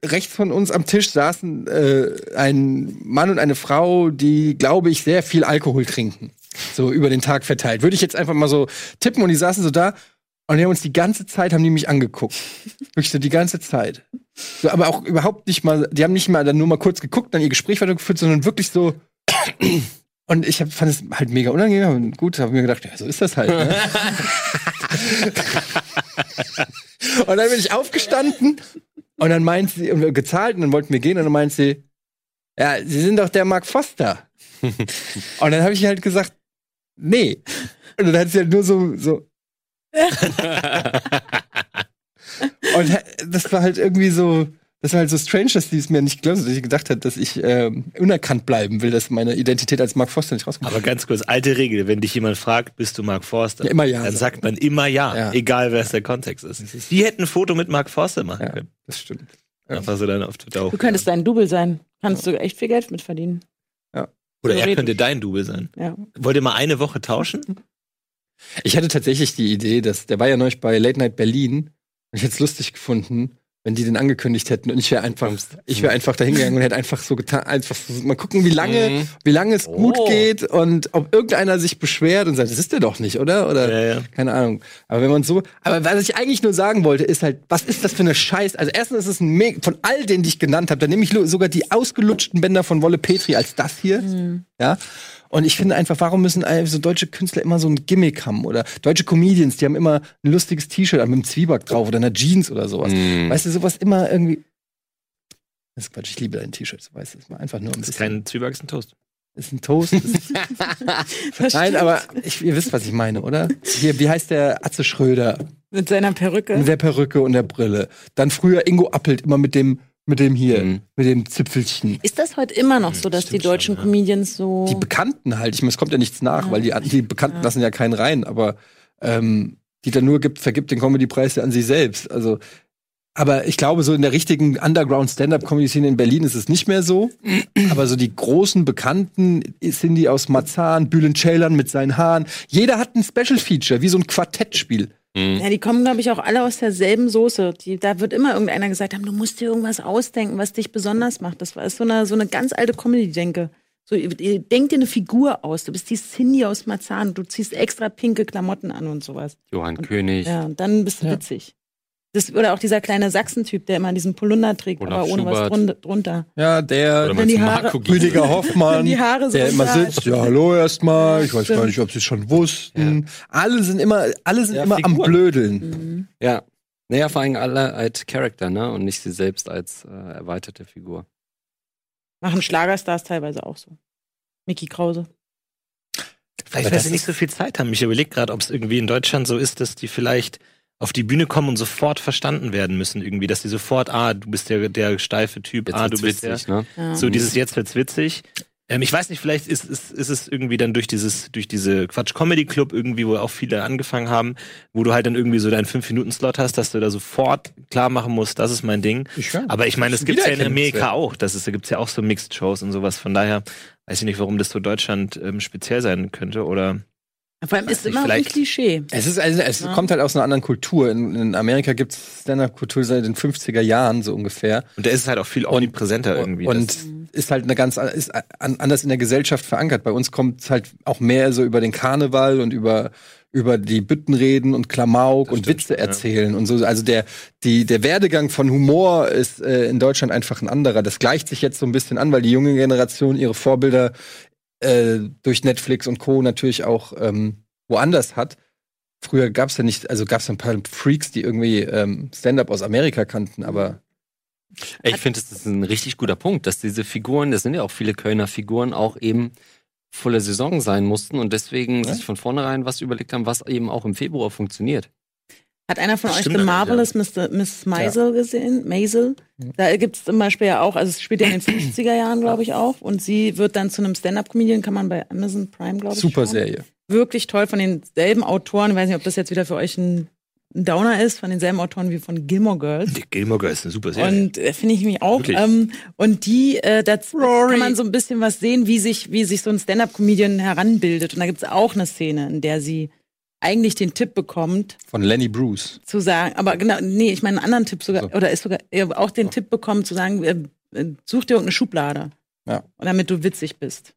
rechts von uns am Tisch saßen äh, ein Mann und eine Frau, die, glaube ich, sehr viel Alkohol trinken. So über den Tag verteilt. Würde ich jetzt einfach mal so tippen und die saßen so da und die haben uns die ganze Zeit, haben die mich angeguckt. Wirklich so die ganze Zeit. So, aber auch überhaupt nicht mal, die haben nicht mal dann nur mal kurz geguckt, dann ihr Gespräch weitergeführt, sondern wirklich so. Und ich hab, fand es halt mega unangenehm und gut, habe mir gedacht, ja, so ist das halt. Ne? und dann bin ich aufgestanden und dann meint sie, und wir gezahlt und dann wollten wir gehen und dann meint sie, ja, Sie sind doch der Mark Foster. und dann habe ich halt gesagt, nee. Und dann hat sie halt nur so, so. und ha- das war halt irgendwie so, das war halt so strange, dass sie es mir nicht glaubt, dass ich gedacht hat, dass ich ähm, unerkannt bleiben will, dass meine Identität als Mark Foster nicht rauskommt.
Aber ganz kurz, alte Regel, wenn dich jemand fragt, bist du Mark Forster,
Ja, immer ja
dann
sagen.
sagt man immer ja,
Ja.
egal wer es der Kontext ist. Die hätten ein Foto mit Mark Forster machen
Ja,
können.
das stimmt. ja.
Einfach so dann auf Twitter auch.
Du könntest dein Double sein. Kannst du echt viel Geld mitverdienen.
Oder er
theoretisch.
könnte dein Double sein.
Ja.
Wollt ihr mal eine Woche tauschen?
Ich hatte tatsächlich die Idee, dass der war ja neulich bei Late Night Berlin und ich hätte es lustig gefunden, wenn die den angekündigt hätten und ich wäre einfach, ich wäre einfach dahingegangen und hätte einfach so getan, einfach so, mal gucken, wie lange,
Mhm.
wie lange es gut
Oh.
geht und ob irgendeiner sich beschwert und sagt, das ist der doch nicht, oder? Oder
Ja, ja.
keine Ahnung. Aber wenn man so, aber was ich eigentlich nur sagen wollte, ist halt, was ist das für eine Scheiß? Also erstens ist es ein Meg von all denen, die ich genannt habe, da nehme ich lo- sogar die ausgelutschten Bänder von Wolle Petri als das hier. Ja. Und ich finde einfach, warum müssen all- so deutsche Künstler immer so ein Gimmick haben? Oder deutsche Comedians, die haben immer ein lustiges T-Shirt an mit einem Zwieback drauf oder einer Jeans oder sowas.
Mhm.
Weißt du, sowas immer irgendwie. Das ist Quatsch, ich liebe dein T-Shirt, so weißt du, ist mal einfach nur ein
Das ist
bisschen.
kein Zwieback, ist ein Toast.
Ist ein Toast. Ist Nein, aber ich, ihr wisst, was ich meine, oder? Hier, wie heißt der Atze Schröder?
Mit seiner Perücke.
Mit der Perücke und der Brille. Dann früher Ingo Appelt immer mit dem, mit dem hier,
Mhm.
mit dem Zipfelchen.
Ist das heute immer noch so, dass die
stimmt
deutschen
schon, ja.
Comedians so.
Die Bekannten halt, ich meine, es kommt ja nichts nach, weil die, die Bekannten lassen ja keinen rein, aber ähm, die dann nur gibt, vergibt den Comedy-Preis ja an sich selbst. Also, aber ich glaube, so in der richtigen Underground-Stand-Up-Comedy-Szene in Berlin ist es nicht mehr so. aber so die großen Bekannten sind die aus Marzahn, Bühlen-Schälern mit seinen Haaren. Jeder hat ein Special-Feature, wie so ein Quartettspiel.
ja, die kommen, glaube ich, auch alle aus derselben Soße. Die, da wird immer irgendeiner gesagt haben, du musst dir irgendwas ausdenken, was dich besonders macht. Das war ist so eine, so eine ganz alte Comedy-Denke. So, ihr- ihr denkt dir eine Figur aus. Du bist die Cindy aus Marzahn. Du ziehst extra pinke Klamotten an und sowas.
Johann König.
Ja, und dann bist du witzig. Das, oder auch dieser kleine Sachsentyp, der immer diesen Polunder trägt,
Olaf
aber ohne was
Schubert.
drun drunter.
Ja, der.
Oder
Wenn
meinst
die
du
Haare-
Marco Giesel?
Rüdiger Hoffmann,
Wenn die Haare so
der immer
unterhalten.
sitzt, ja, hallo erstmal, ich weiß
Stimmt.
gar nicht, ob sie es schon wussten. Alle sind immer, alle sind immer am Blödeln.
Mhm.
Ja. Naja, vor allem alle als Charakter, ne? Und nicht sie selbst als äh, erweiterte Figur.
Machen Schlagerstars teilweise auch so. Mickey Krause.
Aber
Vielleicht, weil
das
sie nicht so viel Zeit haben. Ich überlege gerade, ob es irgendwie in Deutschland so ist, dass die vielleicht auf die Bühne kommen und sofort verstanden werden müssen, irgendwie, dass die sofort, ah, du bist der, der steife Typ, ah,
wird's
du bist der,
witzig, ne?
Ja.
So dieses jetzt wird's witzig. Ähm, ich weiß nicht, vielleicht ist, ist, ist es irgendwie dann durch dieses, durch diese Quatsch Comedy Club irgendwie, wo auch viele angefangen haben, wo du halt dann irgendwie so deinen 5-Minuten-Slot hast, dass du da sofort klar machen musst, das ist mein Ding.
Ich schwör.
Aber ich meine, das gibt's ja in Amerika
Wiedererkennungswert.
auch. Das ist, da gibt's ja auch so Mixed Shows und sowas. Von daher weiß ich nicht, warum das so Deutschland ähm, speziell sein könnte oder.
Vor allem ist
nicht,
immer ein
vielleicht-
Klischee.
Es ist also, es kommt halt aus einer anderen Kultur. In, in Amerika gibt es Stand-up-Kultur seit den 50er Jahren so ungefähr.
Und da ist es halt auch viel omnipräsenter irgendwie.
Und ist halt eine ganz an- ist an- anders in der Gesellschaft verankert. Bei uns kommt es halt auch mehr so über den Karneval und über über die Büttenreden und Klamauk und
stimmt,
Witze
ja.
erzählen und so. Also der die der Werdegang von Humor ist äh, in Deutschland einfach ein anderer. Das gleicht sich jetzt so ein bisschen an, weil die junge Generation ihre Vorbilder äh, durch Netflix und Co natürlich auch ähm, woanders hat. Früher gab es ja nicht, also gab es ein paar Freaks, die irgendwie ähm, Stand-up aus Amerika kannten, aber
Ey, Ich finde, das ist ein richtig guter Punkt, dass diese Figuren, das sind ja auch viele Kölner Figuren, auch eben voller Saison sein mussten und deswegen sich von vornherein was überlegt haben, was eben auch im Februar funktioniert.
Hat einer von
Das
euch The
stimmt
Marvelous Mr. Miss Maisel gesehen? Maisel?
Hm.
Da gibt's zum Beispiel ja auch, also es spielt ja in den 50er Jahren, glaube ich, auch. Und sie wird dann zu einem Stand-Up-Comedian, kann man bei Amazon Prime, glaube ich.
super
schauen.
Serie.
Wirklich toll von denselben Autoren. Ich weiß nicht, ob das jetzt wieder für euch ein ein Downer ist, von denselben Autoren wie von Gilmore Girls.
Die Gilmore Girls ist eine super Serie.
Und äh, finde ich mich auch.
Wirklich?
Ähm, und die, äh, da kann man so ein bisschen was sehen, wie sich, wie sich so ein Stand-up-Comedian heranbildet. Und da gibt's auch eine Szene, in der sie eigentlich den Tipp bekommt,
Von Lenny Bruce.
zu sagen, aber genau, nee, ich meine einen anderen Tipp sogar, oder ist sogar ja, auch den Tipp bekommen, zu sagen, äh, äh, such dir irgendeine Schublade.
Ja.
Und damit du witzig bist.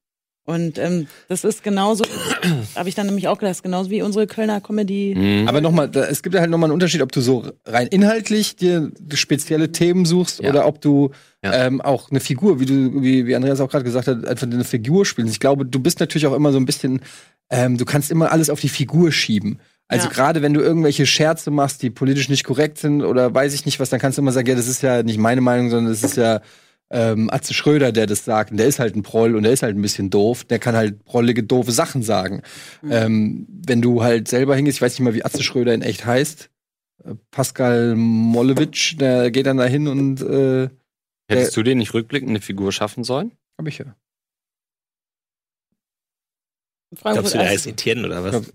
Und ähm, das ist genauso, habe ich dann nämlich auch gedacht, genauso wie unsere Kölner Comedy.
Mhm.
Aber nochmal, es gibt ja halt nochmal einen Unterschied, ob du so rein inhaltlich dir spezielle Themen suchst
Ja.
oder ob du
Ja.
ähm, auch eine Figur, wie du, wie, wie Andreas auch gerade gesagt hat, einfach eine Figur spielst. Ich glaube, du bist natürlich auch immer so ein bisschen, ähm, du kannst immer alles auf die Figur schieben. Also
Ja.
gerade wenn du irgendwelche Scherze machst, die politisch nicht korrekt sind oder weiß ich nicht was, dann kannst du immer sagen, ja, das ist ja nicht meine Meinung, sondern das ist ja ähm, Atze Schröder, der das sagt, und der ist halt ein Proll und der ist halt ein bisschen doof, der kann halt prollige, doofe Sachen sagen.
Mhm.
Ähm, wenn du halt selber hingehst, ich weiß nicht mal, wie Atze Schröder in echt heißt, äh, Pascal Mollewitsch, der geht dann da hin und äh,
Hättest du dir nicht rückblickend eine Figur schaffen sollen?
hab ich ja.
Glaubst du, der heißt
also,
Etienne oder was?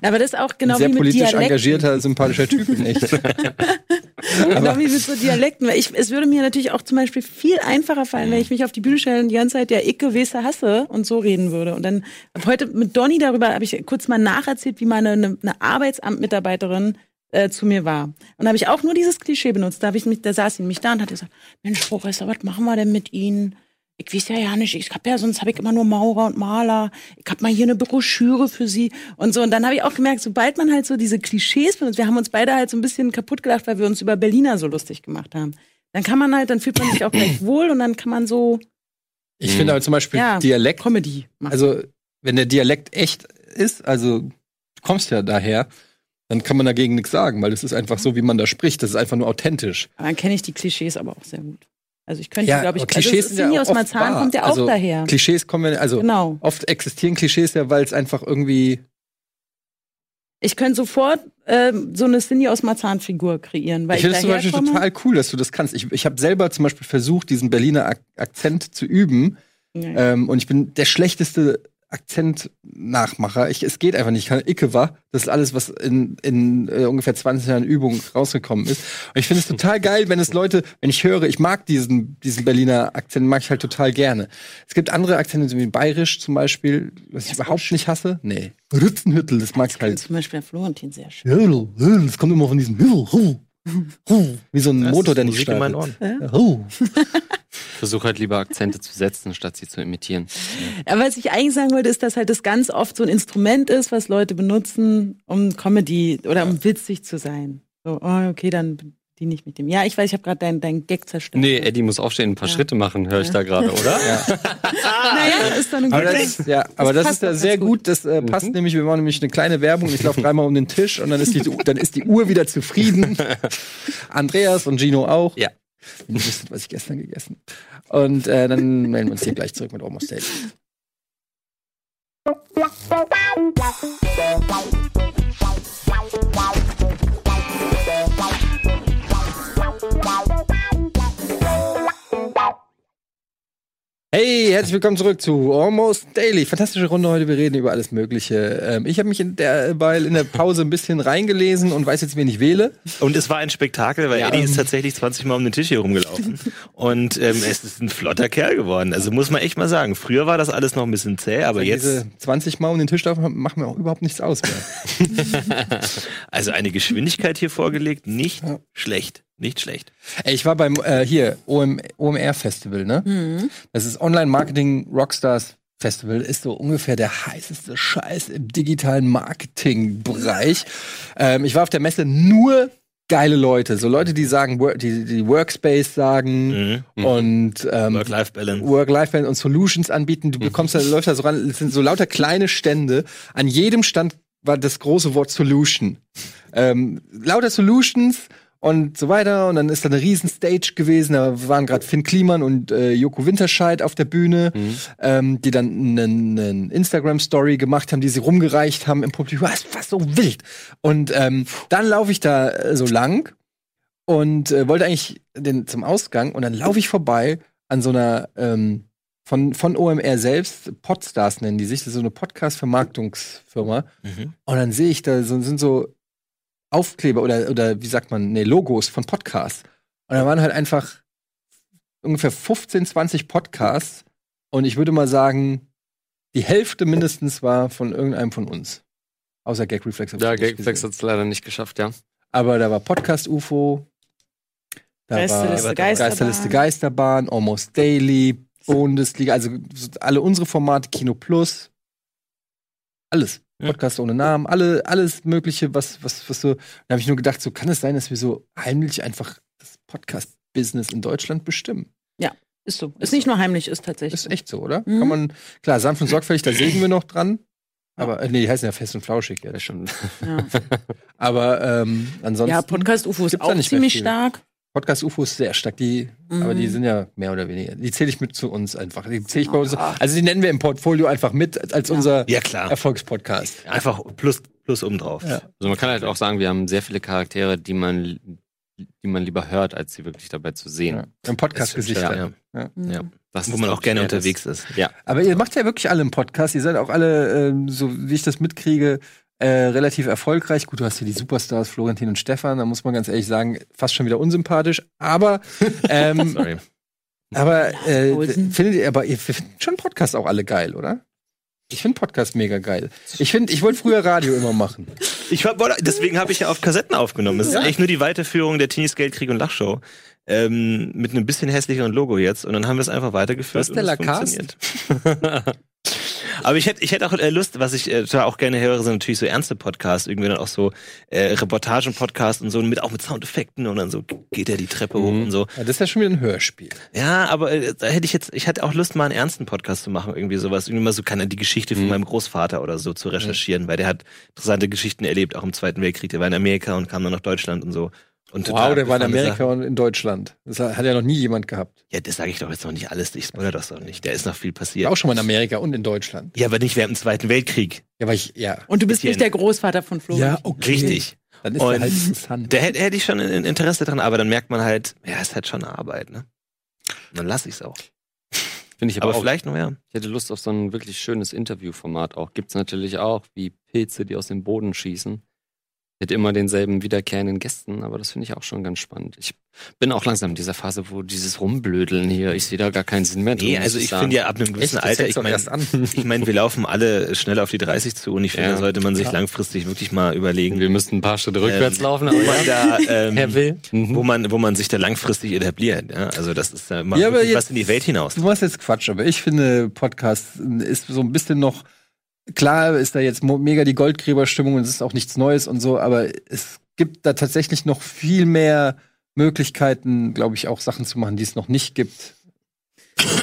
aber das ist auch genau
ein sehr
wie mit
politisch
Dialekten.
engagierter, sympathischer Typ in echt.
Genau wie mit so Dialekten. Weil ich, es würde mir natürlich auch zum Beispiel viel einfacher fallen, wenn ich mich auf die Bühne stelle und die ganze Zeit der Icke, Wese, Hasse und so reden würde. Und dann hab heute mit Donny darüber habe ich kurz mal nacherzählt, wie meine eine, eine Arbeitsamtmitarbeiterin äh, zu mir war. Und habe ich auch nur dieses Klischee benutzt. Da, hab ich mich, da saß sie nämlich da und hat gesagt, Mensch, Professor, was machen wir denn mit Ihnen? Ich weiß ja ja nicht, ich hab ja, sonst habe ich immer nur Maurer und Maler. Ich hab mal hier eine Broschüre für sie und so. Und dann habe ich auch gemerkt, sobald man halt so diese Klischees benutzt, wir haben uns beide halt so ein bisschen kaputt gelacht, weil wir uns über Berliner so lustig gemacht haben. Dann kann man halt, dann fühlt man sich auch gleich wohl und dann kann man so
Ich finde aber zum Beispiel
Ja,
Dialekt
Comedy machen.
Also, wenn der Dialekt echt ist, also du kommst ja daher, dann kann man dagegen nichts sagen, weil das ist einfach so, wie man da spricht. Das ist einfach nur authentisch.
Aber dann kenne ich die Klischees aber auch sehr gut. Also ich könnte, glaube ich,
aber Klischees
also
sind Also ja
Cindy aus
oft
Marzahn
wahr.
kommt ja auch
also,
daher.
Klischees kommen ja, also
Genau.
oft existieren Klischees ja, weil es einfach irgendwie.
Ich könnte sofort ähm, so eine Cindy aus Marzahn-Figur kreieren, weil
ich finde
ich,
es zum
daher
Beispiel
komme.
total cool, dass du das kannst. Ich, ich habe selber zum Beispiel versucht, diesen Berliner Ak Akzent zu üben.
Nee.
Ähm, und ich bin der schlechteste Akzentnachmacher. Ich, es geht einfach nicht. Ich kann Icke war. Das ist alles, was in, in äh, ungefähr 20 Jahren Übung rausgekommen ist. Und ich finde es total geil, wenn es Leute, wenn ich höre, ich mag diesen, diesen Berliner Akzent, mag ich halt total gerne. Es gibt andere Akzente, so wie Bayerisch zum Beispiel, was ich überhaupt nicht hasse. Nee. Rützenhüttel, das mag ich
Das
halt.
zum Beispiel der Florentin sehr schön.
Hüttel, Hüttel, Das kommt immer von diesem Hüttel, Hüttel, Hüttel. Wie so ein
Das
Motor,
ist
der nicht
Musik in meinen
startet. Hüttel.
Versuch halt lieber Akzente zu setzen, statt sie zu imitieren.
Aber was ich eigentlich sagen wollte, ist, dass halt das ganz oft so ein Instrument ist, was Leute benutzen, um Comedy oder um witzig zu sein. So, oh, okay, dann bediene ich mich dem. Ja, ich weiß, ich habe gerade deinen dein Gag zerstört.
Nee, Eddie muss aufstehen, ein paar Schritte machen, höre ich da gerade, oder?
Naja, ist dann ein
Ah. Aber
guter
das, ist- ja, aber das,
passt
ist ja
doch
sehr
ganz
gut.
gut.
Das äh, passt nämlich. Wir machen nämlich eine kleine Werbung. Ich laufe dreimal um den Tisch und dann ist die, dann ist die Uhr wieder zufrieden. Andreas und Gino auch.
Ja.
Ihr wisst, was ich gestern gegessen. Und äh, dann melden wir uns hier gleich zurück mit Almost Daily. Hey, herzlich willkommen zurück zu Almost Daily. Fantastische Runde heute. Wir reden über alles Mögliche. Ähm, ich habe mich in derweil in der Pause ein bisschen reingelesen und weiß jetzt, wen ich wähle.
Und es war ein Spektakel, weil
Ja,
Eddie
ähm.
ist tatsächlich 20 Mal um den Tisch hier rumgelaufen. Und ähm, es ist ein flotter Kerl geworden. Also muss man echt mal sagen. Früher war das alles noch ein bisschen zäh, aber jetzt,
Also Diese 20 Mal um den Tisch laufen machen mir auch überhaupt nichts aus mehr.
also eine Geschwindigkeit hier vorgelegt, nicht schlecht. Nicht schlecht.
Ey, ich war beim äh, hier OM, OMR Festival, ne?
Hm,
Das ist Online Marketing Rockstars Festival ist so ungefähr der heißeste Scheiß im digitalen Marketing Bereich. ähm, ich war auf der Messe nur geile Leute, so Leute, die sagen, Wor- die, die Workspace sagen und ähm,
Mhm. Work-Life-Balance.
Work-Life-Balance und Solutions anbieten. Du bekommst da, läuft da so ran, es sind so lauter kleine Stände. An jedem Stand war das große Wort Solution. Ähm, lauter Solutions und so weiter. Und dann ist da eine riesen Stage gewesen. Da waren gerade Finn Kliman und äh, Joko Winterscheid auf der Bühne, ähm, die dann eine Instagram-Story gemacht haben, die sie rumgereicht haben im Publikum. Das war so wild. Und ähm, dann laufe ich da äh, so lang und äh, wollte eigentlich den, zum Ausgang und dann laufe ich vorbei an so einer ähm, von, von OMR selbst, Podstars nennen die sich, das ist so eine Podcast-Vermarktungsfirma.
Mhm.
Und dann sehe ich, da so, sind so Aufkleber oder, oder wie sagt man, nee, Logos von Podcasts. Und da waren halt einfach ungefähr 15, 20 Podcasts. Und ich würde mal sagen, die Hälfte mindestens war von irgendeinem von uns. Außer Gag Reflex. hab ich
Ja,
nicht
Gagflex
gesehen.
hat es leider nicht geschafft, ja.
Aber da war Podcast UFO, da
Geisterliste,
war
Geisterbahn.
Geisterliste Geisterbahn, Almost Daily, Bundesliga, also alle unsere Formate, Kino Plus, alles.
Ja.
Podcast ohne Namen, alle, alles Mögliche, was, was, was so. Da habe ich nur gedacht, so kann es sein, dass wir so heimlich einfach das Podcast-Business in Deutschland bestimmen.
Ist so. Ist nicht nur heimlich, ist tatsächlich.
Ist echt so, oder?
Mhm.
Kann man, klar, sanft und sorgfältig, da sägen wir noch dran. Aber, äh, nee, die heißen ja fest und flauschig, ja.
Schon.
ja.
Aber ähm, ansonsten.
ja, Podcast UFO ist
gibt's da
auch
nicht mehr
ziemlich
viel.
stark.
Podcast UFOs sehr stark, die, aber die sind ja mehr oder weniger. Die zähle ich mit zu uns einfach. Die zähle ich bei uns. Also die nennen wir im Portfolio einfach mit als, als unser
Ja, klar.
Erfolgspodcast.
Einfach plus, plus oben drauf.
Ja.
Also man kann halt auch sagen, wir haben sehr viele Charaktere, die man, die man lieber hört, als sie wirklich dabei zu sehen.
Ja. Im Podcast-Gesicht.
Ja,
dann.
ja.
Ja. Das
Wo
ist
man
das
auch gerne
Schwere.
unterwegs ist.
Aber ihr macht ja wirklich alle einen Podcast. Ihr seid auch alle, ähm, so wie ich das mitkriege, äh, relativ erfolgreich. Gut, du hast hier die Superstars Florentin und Stefan. Da muss man ganz ehrlich sagen, fast schon wieder unsympathisch. Aber, ähm,
Sorry.
aber äh,
Olsen.
findet ihr, aber ihr findet schon Podcasts auch alle geil, oder? Ich finde Podcast mega geil. Ich finde, ich wollte früher Radio immer machen.
Ich hab, wollte- deswegen habe ich ja auf Kassetten aufgenommen. Das ist eigentlich nur die Weiterführung der Teenies Geldkrieg und Lachshow. Ähm, mit einem bisschen hässlicheren Logo jetzt. Und dann haben wir es einfach weitergeführt.
Das ist der
und es
Lacast.
funktioniert. Aber ich hätte ich hätt auch äh, Lust, was ich äh, da auch gerne höre, sind natürlich so ernste Podcasts, irgendwie dann auch so äh, Reportagen-Podcasts und so, mit, auch mit Soundeffekten und dann so geht er die Treppe hoch
Mhm.
und so.
Ja, das ist ja schon wieder ein Hörspiel.
Ja, aber äh, da hätte ich jetzt, ich hätte auch Lust, mal einen ernsten Podcast zu machen, irgendwie sowas. Irgendwie mal so keine, die Geschichte
Mhm.
von meinem Großvater oder so zu recherchieren, weil der hat interessante Geschichten erlebt, auch im Zweiten Weltkrieg. Der war in Amerika und kam dann nach Deutschland und so. Und
Wow, der war in
abgefahrene
Amerika
Sachen.
und in Deutschland. Das hat ja noch nie jemand gehabt.
Ja, das sage ich doch jetzt noch nicht alles. Ich spoilere das doch nicht. Der ist noch viel
Ich
passiert.
war auch schon mal in Amerika und in Deutschland.
Ja, aber nicht während dem Zweiten Weltkrieg.
Ja, aber ich, ja.
Und du bist
Bisschen.
nicht der Großvater von Flo.
okay.
Richtig.
Dann ist er
Und
halt interessant.
Da hätte, hätte ich schon ein Interesse dran, aber dann merkt man halt, ja, ist halt schon Arbeit, ne? Dann lasse ich es auch.
Finde ich aber,
Aber
auch.
vielleicht noch, ja.
Ich hätte Lust auf so ein wirklich schönes Interviewformat auch. Gibt's natürlich auch, wie Pilze, die aus dem Boden schießen. Mit immer denselben wiederkehrenden Gästen, aber das finde ich auch schon ganz spannend. Ich bin auch langsam in dieser Phase, wo dieses Rumblödeln hier, ich sehe da gar keinen Sinn mehr
Nee,
muss
also ich
sagen.
finde ja ab einem gewissen
das
Alter,
fängt
ich
doch
meine,
erst an.
ich meine, wir laufen alle schnell auf die 30 zu und ich finde,
Ja.
da sollte man sich langfristig wirklich mal überlegen,
Wir müssten ein paar Schritte rückwärts
Ähm,
laufen,
wo
aber
man
ja.
da, ähm,
will. Mhm.
wo man, wo man sich da langfristig etabliert. Ja? Also das ist ja mal
Ja, aber
wirklich
jetzt-
was in die Welt hinaus.
Du machst jetzt Quatsch, aber ich finde, Podcast ist so ein bisschen noch, klar ist da jetzt mo- mega die Goldgräberstimmung und es ist auch nichts Neues und so, aber es gibt da tatsächlich noch viel mehr Möglichkeiten, glaube ich, auch Sachen zu machen, die es noch nicht gibt.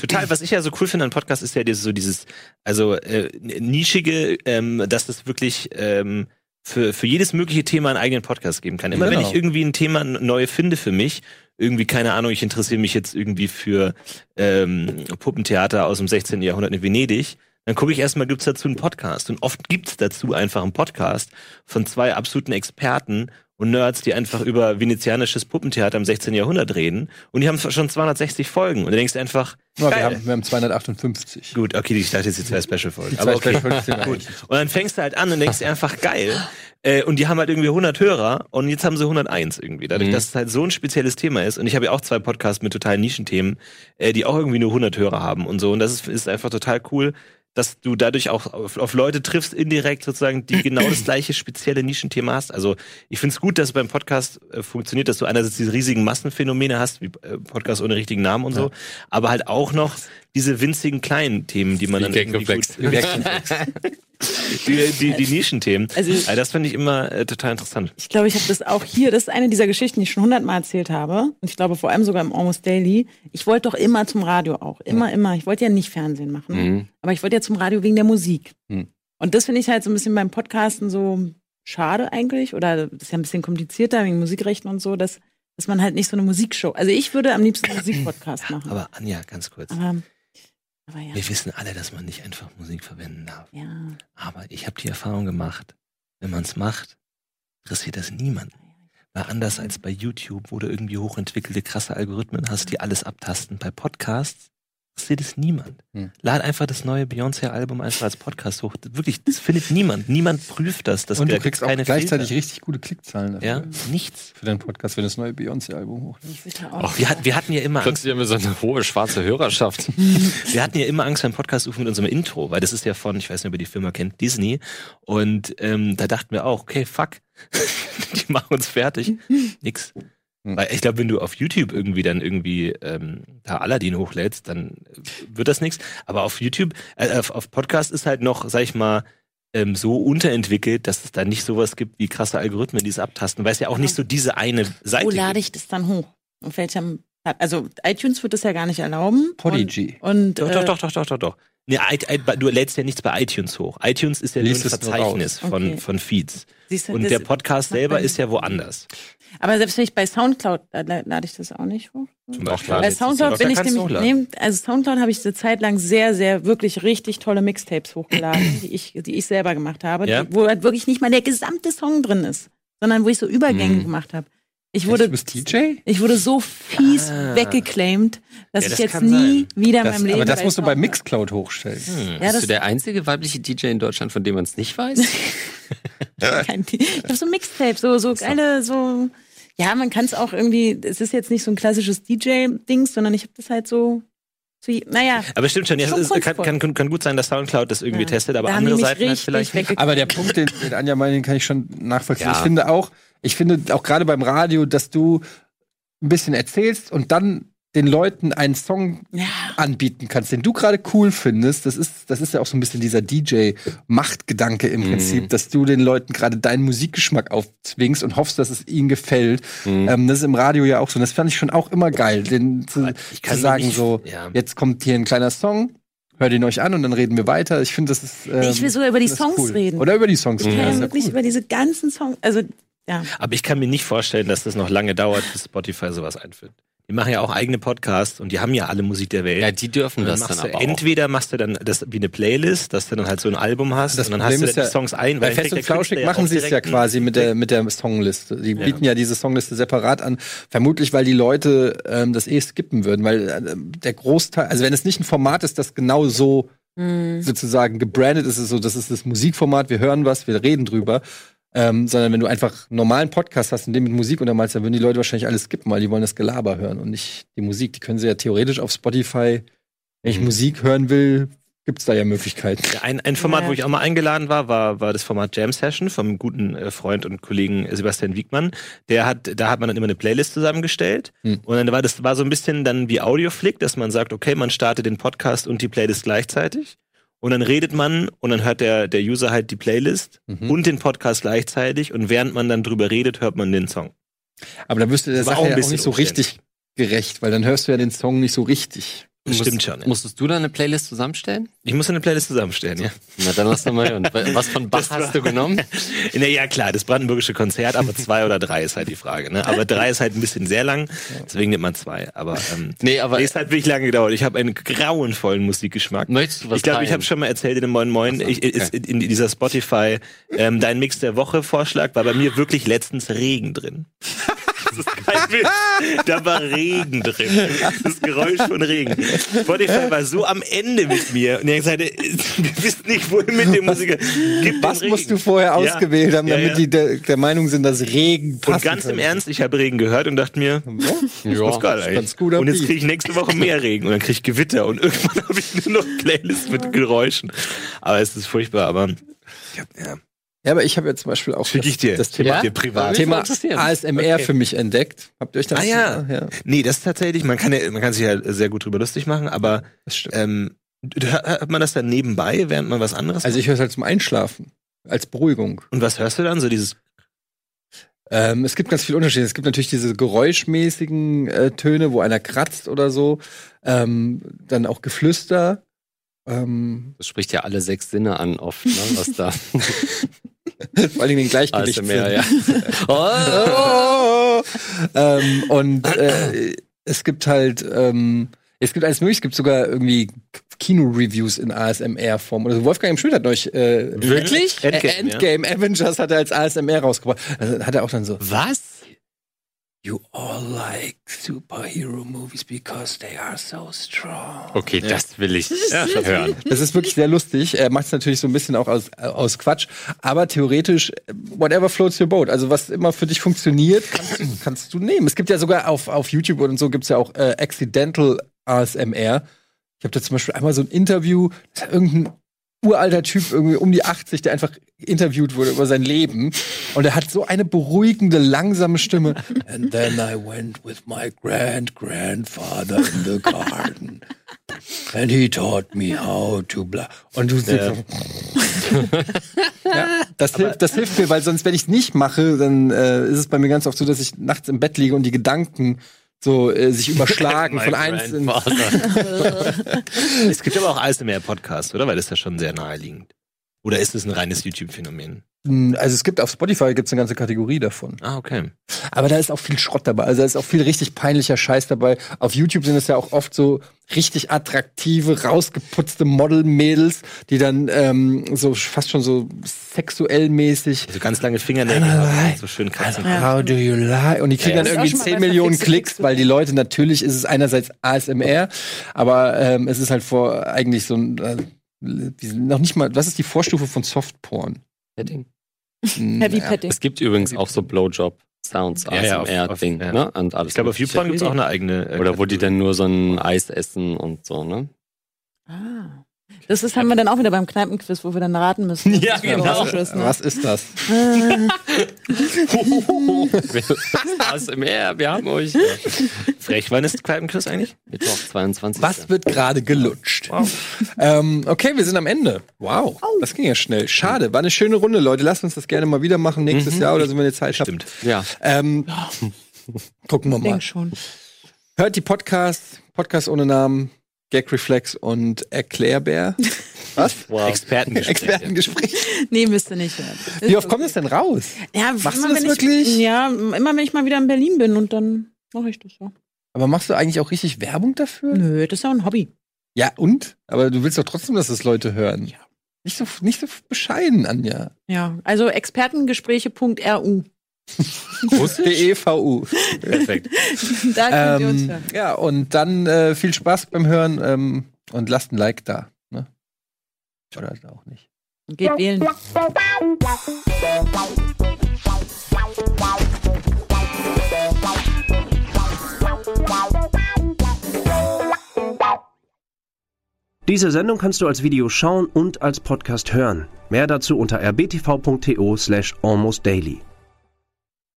Total, was ich ja so cool finde an Podcasts, ist ja dieses, so dieses, also äh, nischige, ähm, dass es wirklich ähm, für, für jedes mögliche Thema einen eigenen Podcast geben kann. Immer wenn
Genau.
ich irgendwie ein Thema n- neu finde für mich, irgendwie, keine Ahnung, ich interessiere mich jetzt irgendwie für ähm, Puppentheater aus dem 16. Jahrhundert in Venedig, dann gucke ich erstmal, gibt's dazu einen Podcast? Und oft gibt's dazu einfach einen Podcast von zwei absoluten Experten und Nerds, die einfach über venezianisches Puppentheater im 16. Jahrhundert reden. Und die haben schon 260 Folgen. Und du denkst einfach,
Ja, wir,
geil.
haben, wir haben 258.
Gut, okay, ich dachte jetzt die zwei Special-Folgen.
Die
Aber okay.
215
Gut.
eigentlich.
Und dann fängst du halt an und denkst dir einfach geil. Äh, und die haben halt irgendwie 100 Hörer und jetzt haben sie 101 irgendwie. Dadurch,
Mhm.
dass es halt so ein spezielles Thema ist. Und ich habe ja auch zwei Podcasts mit totalen Nischenthemen, äh, die auch irgendwie nur 100 Hörer haben und so. Und das ist, ist einfach total cool, dass du dadurch auch auf, auf Leute triffst, indirekt sozusagen, die genau das gleiche spezielle Nischenthema hast. Also ich finde es gut, dass es beim Podcast äh, funktioniert, dass du einerseits diese riesigen Massenphänomene hast, wie äh, Podcast ohne richtigen Namen und so, aber halt auch noch diese winzigen kleinen Themen, die man
Wie
dann
Gag
irgendwie
Reflex.
gut, die, die, die Nischenthemen.
Also-
Also, das finde ich immer äh, total interessant.
Ich glaube, ich habe das auch hier. Das ist eine dieser Geschichten, die ich schon hundertmal erzählt habe. Und ich glaube, vor allem sogar im Almost Daily. Ich wollte doch immer zum Radio auch. Immer, immer. Ich wollte ja nicht Fernsehen machen.
Mhm.
Aber ich wollte ja zum Radio wegen der Musik.
Hm.
Mhm.
Und das finde ich halt so ein bisschen beim Podcasten so schade eigentlich. Oder das ist ja ein bisschen komplizierter wegen Musikrechten und so, dass, dass man halt nicht so eine Musikshow. Also ich würde am liebsten einen Musikpodcast machen.
Aber Anja, ganz kurz.
aber, aber ja.
Wir wissen alle, dass man nicht einfach Musik verwenden darf.
Ja.
Aber ich habe die Erfahrung gemacht, wenn man es macht, interessiert das niemanden. Weil anders als bei YouTube, wo du irgendwie hochentwickelte, krasse Algorithmen hast, die alles abtasten, bei Podcasts interessiert es niemand.
Hm.
Lad einfach das neue Beyoncé-Album einfach als Podcast hoch. Wirklich, das findet niemand. Niemand prüft das. das
und du
da gibt's
kriegst auch gleichzeitig richtig gute Klickzahlen dafür.
Filter. Ja, nichts.
Für deinen Podcast, wenn du das neue Beyoncé-Album hochlädst.
Ich würde auch.
Auch wir, hat- wir hatten ja immer Angst,
Plötzlich haben wir so eine hohe schwarze Hörerschaft.
wir hatten ja immer Angst beim Podcast mit unserem Intro, weil das ist ja von, ich weiß nicht, ob ihr die Firma kennt, Disney. Und ähm, da dachten wir auch, okay, fuck, die machen uns fertig. Nix.
Hm.
Weil ich glaube, wenn du auf YouTube irgendwie dann irgendwie ähm, da Aladdin hochlädst, dann wird das nichts. Aber auf YouTube, äh, auf, auf Podcast ist halt noch, sag ich mal, ähm, so unterentwickelt, dass es da nicht sowas gibt wie krasse Algorithmen, die es abtasten, weil es ja auch nicht so diese eine Seite
Wo
gibt.
Oh, lade ich das dann hoch? Auf welchem? Also iTunes wird das ja gar nicht erlauben.
Podigy.
Und, und
Doch,
äh,
doch, doch, doch, doch, doch, doch. Nee, i- i- du lädst ja nichts bei iTunes hoch. iTunes ist ja nur ein
Liest es nur
Verzeichnis
raus.
von,
Okay.
von Feeds.
äh, Siehst du,
Und
das-
der Podcast
macht
selber
man-
ist ja woanders.
Aber selbst wenn ich bei Soundcloud, da la- lade ich das auch nicht hoch.
Zum
Doch,
Beispiel.
klar.
Bei
Also,
Soundcloud
da
bin ich
kannst du
nämlich,
hochladen.
nee, also Soundcloud habe ich eine Zeit lang sehr, sehr wirklich richtig tolle Mixtapes hochgeladen, die ich, die ich selber gemacht habe,
Ja.
die, wo halt wirklich nicht mal der gesamte Song drin ist, sondern wo ich so Übergänge
Mhm.
gemacht habe. Ich
Wurde,
wurde,
du bist DJ?
ich wurde so fies
Ah.
weggeclaimt, dass
Ja, das
ich jetzt
kann
nie wieder in
Das,
meinem Leben.
aber das
bei
musst du bei
Soundcloud-
Mixcloud hochstellen.
Hm.
Ja,
Bist
das
du der einzige weibliche DJ in Deutschland, von dem man es nicht weiß?
Kein T- Ich habe so Mixtape, so, so geile, so. Ja, man kann es auch irgendwie, es ist jetzt nicht so ein klassisches DJ-Dings, sondern ich habe das halt so, so naja.
Aber stimmt schon, ja,
Schon
es ist, kann,
kunstvoll.
kann, kann gut sein, dass Soundcloud das irgendwie
Ja.
testet, aber
Da haben die
andere
mich
Seiten halt
richtig
vielleicht. nicht.
wegge-
Aber der Punkt, den, den Anja meint, den kann ich schon nachvollziehen.
Ja.
Ich finde auch, ich finde auch gerade beim Radio, dass du ein bisschen erzählst und dann den Leuten einen Song
Ja.
anbieten kannst, den du gerade cool findest. Das ist, das ist ja auch so ein bisschen dieser DJ-Machtgedanke im
Mhm.
Prinzip, dass du den Leuten gerade deinen Musikgeschmack aufzwingst und hoffst, dass es ihnen gefällt.
Mhm.
Ähm, das ist im Radio ja auch so. Und das fand ich schon auch immer geil, den zu,
Aber ich kann
zu
mir
sagen
nicht-
so,
ja.
jetzt kommt hier ein kleiner Song, hört ihn euch an und dann reden wir weiter. Ich finde, das ist ähm,
ich will sogar über die
das ist
Songs
cool.
reden.
Oder über die Songs
Ich
reden.
kann ja,
das ist Hm,
wirklich
cool.
über diese ganzen Songs, also ja.
Aber ich kann mir nicht vorstellen, dass das noch lange dauert, bis Spotify sowas einführt. Die machen ja auch eigene Podcasts und die haben ja alle Musik der Welt.
ja, die dürfen
Und
das
machst
dann
du,
aber auch.
entweder machst du dann das wie eine Playlist, dass du dann halt so ein Album hast
Das
und dann
Problem
hast du
ist
dann die
ja,
Songs ein,
Bei
weil
Fest und Flauschig machen sie es ja quasi mit der, mit der Songliste. Die bieten ja diese Songliste separat an. Vermutlich, weil die Leute ähm, das eh skippen würden. Weil äh, der Großteil, also wenn es nicht ein Format ist, das genau so sozusagen gebrandet ist, ist es so, das ist das Musikformat, wir hören was, wir reden drüber. Ähm, sondern wenn du einfach einen normalen Podcast hast und den mit Musik untermalst, dann würden die Leute wahrscheinlich alles skippen, weil die wollen das Gelaber hören und nicht die Musik. Die können sie ja theoretisch auf Spotify, wenn ich Musik hören will, gibt's da ja Möglichkeiten.
Ein, ein Format,
Ja.
wo ich auch mal eingeladen war, war, war das Format Jam Session vom guten äh, Freund und Kollegen Sebastian Wiegmann. Der hat, da hat man dann immer eine Playlist zusammengestellt.
Hm.
Und dann war das war so ein bisschen dann wie Audioflick, dass man sagt, okay, man startet den Podcast und die Playlist gleichzeitig. Und dann redet man und dann hört der, der User halt die Playlist
Mhm.
und den Podcast gleichzeitig. Und während man dann drüber redet, hört man den Song.
Aber dann wirst du der
Das war
Sache
auch ein
ja auch
bisschen
nicht so richtig gerecht, weil dann hörst du ja den Song nicht so richtig.
Das
Musst-
stimmt schon. ja.
Musstest du da eine Playlist zusammenstellen?
Ich muss eine Playlist zusammenstellen, ja.
Na, dann lass doch mal hören. Was von Bach
Das war-
hast du genommen?
Na ja, klar, das brandenburgische Konzert, aber zwei oder drei ist halt die Frage. Ne? Aber drei ist halt ein bisschen sehr lang, deswegen nimmt man zwei. Aber ähm,
Nee, aber
nee, es hat wirklich lange gedauert. Ich habe einen grauenvollen Musikgeschmack.
möchtest du was
Ich glaube, ich
teilen?
habe schon mal erzählt in dem Moin Moin, ich, ist in dieser Spotify ähm, dein Mix der Woche Vorschlag war bei mir wirklich letztens Regen drin. Das ist kein Witz. Da war Regen drin. Das Geräusch von Regen. Spotify war so am Ende mit mir. Und er sagte, äh, du bist nicht wohl mit dem Musiker. Gib
Was
dem Regen.
musst du vorher
Ja.
ausgewählt haben,
Ja,
damit
ja.
die der, der Meinung sind, dass Regen passt?
Und ganz im Ernst, ich habe Regen gehört und dachte mir,
Ja.
das ist geil
ist
eigentlich.
ganz guter
und jetzt
Beat.
kriege ich nächste Woche mehr Regen und dann kriege ich Gewitter und irgendwann habe ich nur noch Playlists mit Geräuschen. Aber es ist furchtbar, aber ja.
Ja, aber ich habe ja zum Beispiel auch
Schick ich dir.
das
Ich
Thema,
mach dir privat.
Thema
Würde mich mal interessieren.
ASMR für mich entdeckt. Habt ihr euch das?
Ah ja.
ja.
Nee, das ist tatsächlich, man kann, ja, man kann sich ja sehr gut drüber lustig machen, aber
Das stimmt. Äh,
ähm, hört man das dann nebenbei, während man was anderes
Also ich höre es halt zum Einschlafen. Als Beruhigung.
macht? Und was hörst du dann? So dieses
Ähm, es gibt ganz viele Unterschiede. Es gibt natürlich diese geräuschmäßigen äh, Töne, wo einer kratzt oder so. Ähm, dann auch Geflüster. Ähm,
Das spricht ja alle sechs Sinne an oft, ne? was da
vor allen Dingen den Gleichgewicht.
ASMR, ja. Oh,
Oh. ähm, und äh, es gibt halt, ähm, es gibt alles mögliche, es gibt sogar irgendwie Kino-Reviews in ASMR-Form. Oder so. Wolfgang M. Schmidt hat euch äh,
Wirklich?
Endgame,
Endgame, Endgame Avengers hat er als ASMR rausgebracht. Also hat er auch dann so
Was?
You all like superhero movies because they are so strong.
Okay, das will ich hören.
Das ist wirklich sehr lustig. Er macht es natürlich so ein bisschen auch aus, äh, aus Quatsch. Aber theoretisch, äh, whatever floats your boat. Also was immer für dich funktioniert, kannst, du- kannst du nehmen. Es gibt ja sogar auf, auf YouTube und so gibt's ja auch äh, Accidental ASMR. Ich habe da zum Beispiel einmal so ein Interview, das hat irgendein uralter Typ, irgendwie um die 80, der einfach interviewt wurde über sein Leben. Und er hat so eine beruhigende, langsame Stimme. And then I went with my grand-grandfather in the garden. And he taught me how to bla. Und du sitzt ja, das, hilft, das hilft mir, weil sonst, wenn ich es nicht mache, dann äh, ist es bei mir ganz oft so, dass ich nachts im Bett liege und die Gedanken so äh, sich überschlagen
My
von eins in,
grandfather. es gibt aber auch ASMR-Podcasts, oder? Weil das ist ja schon sehr naheliegend. Oder ist es ein reines YouTube-Phänomen?
Mh, also es gibt auf Spotify gibt's eine ganze Kategorie davon.
Ah, okay.
Aber da ist auch viel Schrott dabei. Also da ist auch viel richtig peinlicher Scheiß dabei. Auf YouTube sind es ja auch oft so richtig attraktive, rausgeputzte Model-Mädels, die dann ähm, so fast schon so sexuell mäßig.
Also ganz lange Fingernägel,
Nein.
haben, so schön kratzen.
Ja.
Also, How do you lie? Und die kriegen
Ja,
dann
das ist
irgendwie
auch schon mal
10
bei
Millionen
verflixte
Klicks,
Klicks.
weil die Leute natürlich ist es einerseits ASMR, aber ähm, es ist halt vor eigentlich so ein äh, die sind noch nicht mal, was ist die Vorstufe von Softporn?
Heavy
Naja.
Petting.
Es gibt übrigens auch so Blowjob-Sounds,
Ja, ja, auf-
ASMR-Ding,
auf- ja.
ne? Und alles
Ich glaube, auf
Mögliche.
YouPorn gibt es auch eine eigene. äh,
Oder wo die dann nur so ein Eis essen und so, ne?
Ah. Das ist, haben wir dann auch wieder beim Kneipenquiz, wo wir dann raten müssen.
Ja,
Das ist wieder
genau.
was anderes, ne?
Was ist das?
ASMR, wir haben euch.
Frech, wann ist Kneipenquiz eigentlich?
Mittwoch 22.
Was wird gerade gelutscht? Ähm, okay, wir sind am Ende. Wow, das ging ja schnell. Schade, war eine schöne Runde, Leute. Lasst uns das gerne mal wieder machen nächstes Jahr oder so, wenn ihr Zeit habt.
Stimmt.
Ja.
Ähm, gucken wir
Ich
mal.
denke schon.
Hört die Podcasts, Podcast ohne Namen, Gag Reflex und Erklärbär. Was?
Wow.
Expertengespräche.
Expertengespräch.
Nee, müsst ihr nicht hören.
Wie oft kommt das denn raus?
Ja,
Machst du
immer,
das
wenn
wirklich?
Ich, ja, immer wenn ich mal wieder in Berlin bin und dann mache ich das ja.
Aber machst du eigentlich auch richtig Werbung dafür?
Nö, das ist ja ein Hobby.
Ja, und? Aber du willst doch trotzdem, dass das Leute hören. Ja. Nicht so, nicht so bescheiden, Anja.
Ja, also expertengespräche.ru.
E DEVU.
Perfekt.
Da könnt ihr uns
Ähm,
hören.
ja, und dann äh, viel Spaß beim Hören ähm, und lasst ein Like da. Ne? Oder halt auch nicht.
Geht wählen.
Diese Sendung kannst du als Video schauen und als Podcast hören. Mehr dazu unter rbtv.to slash almostdaily.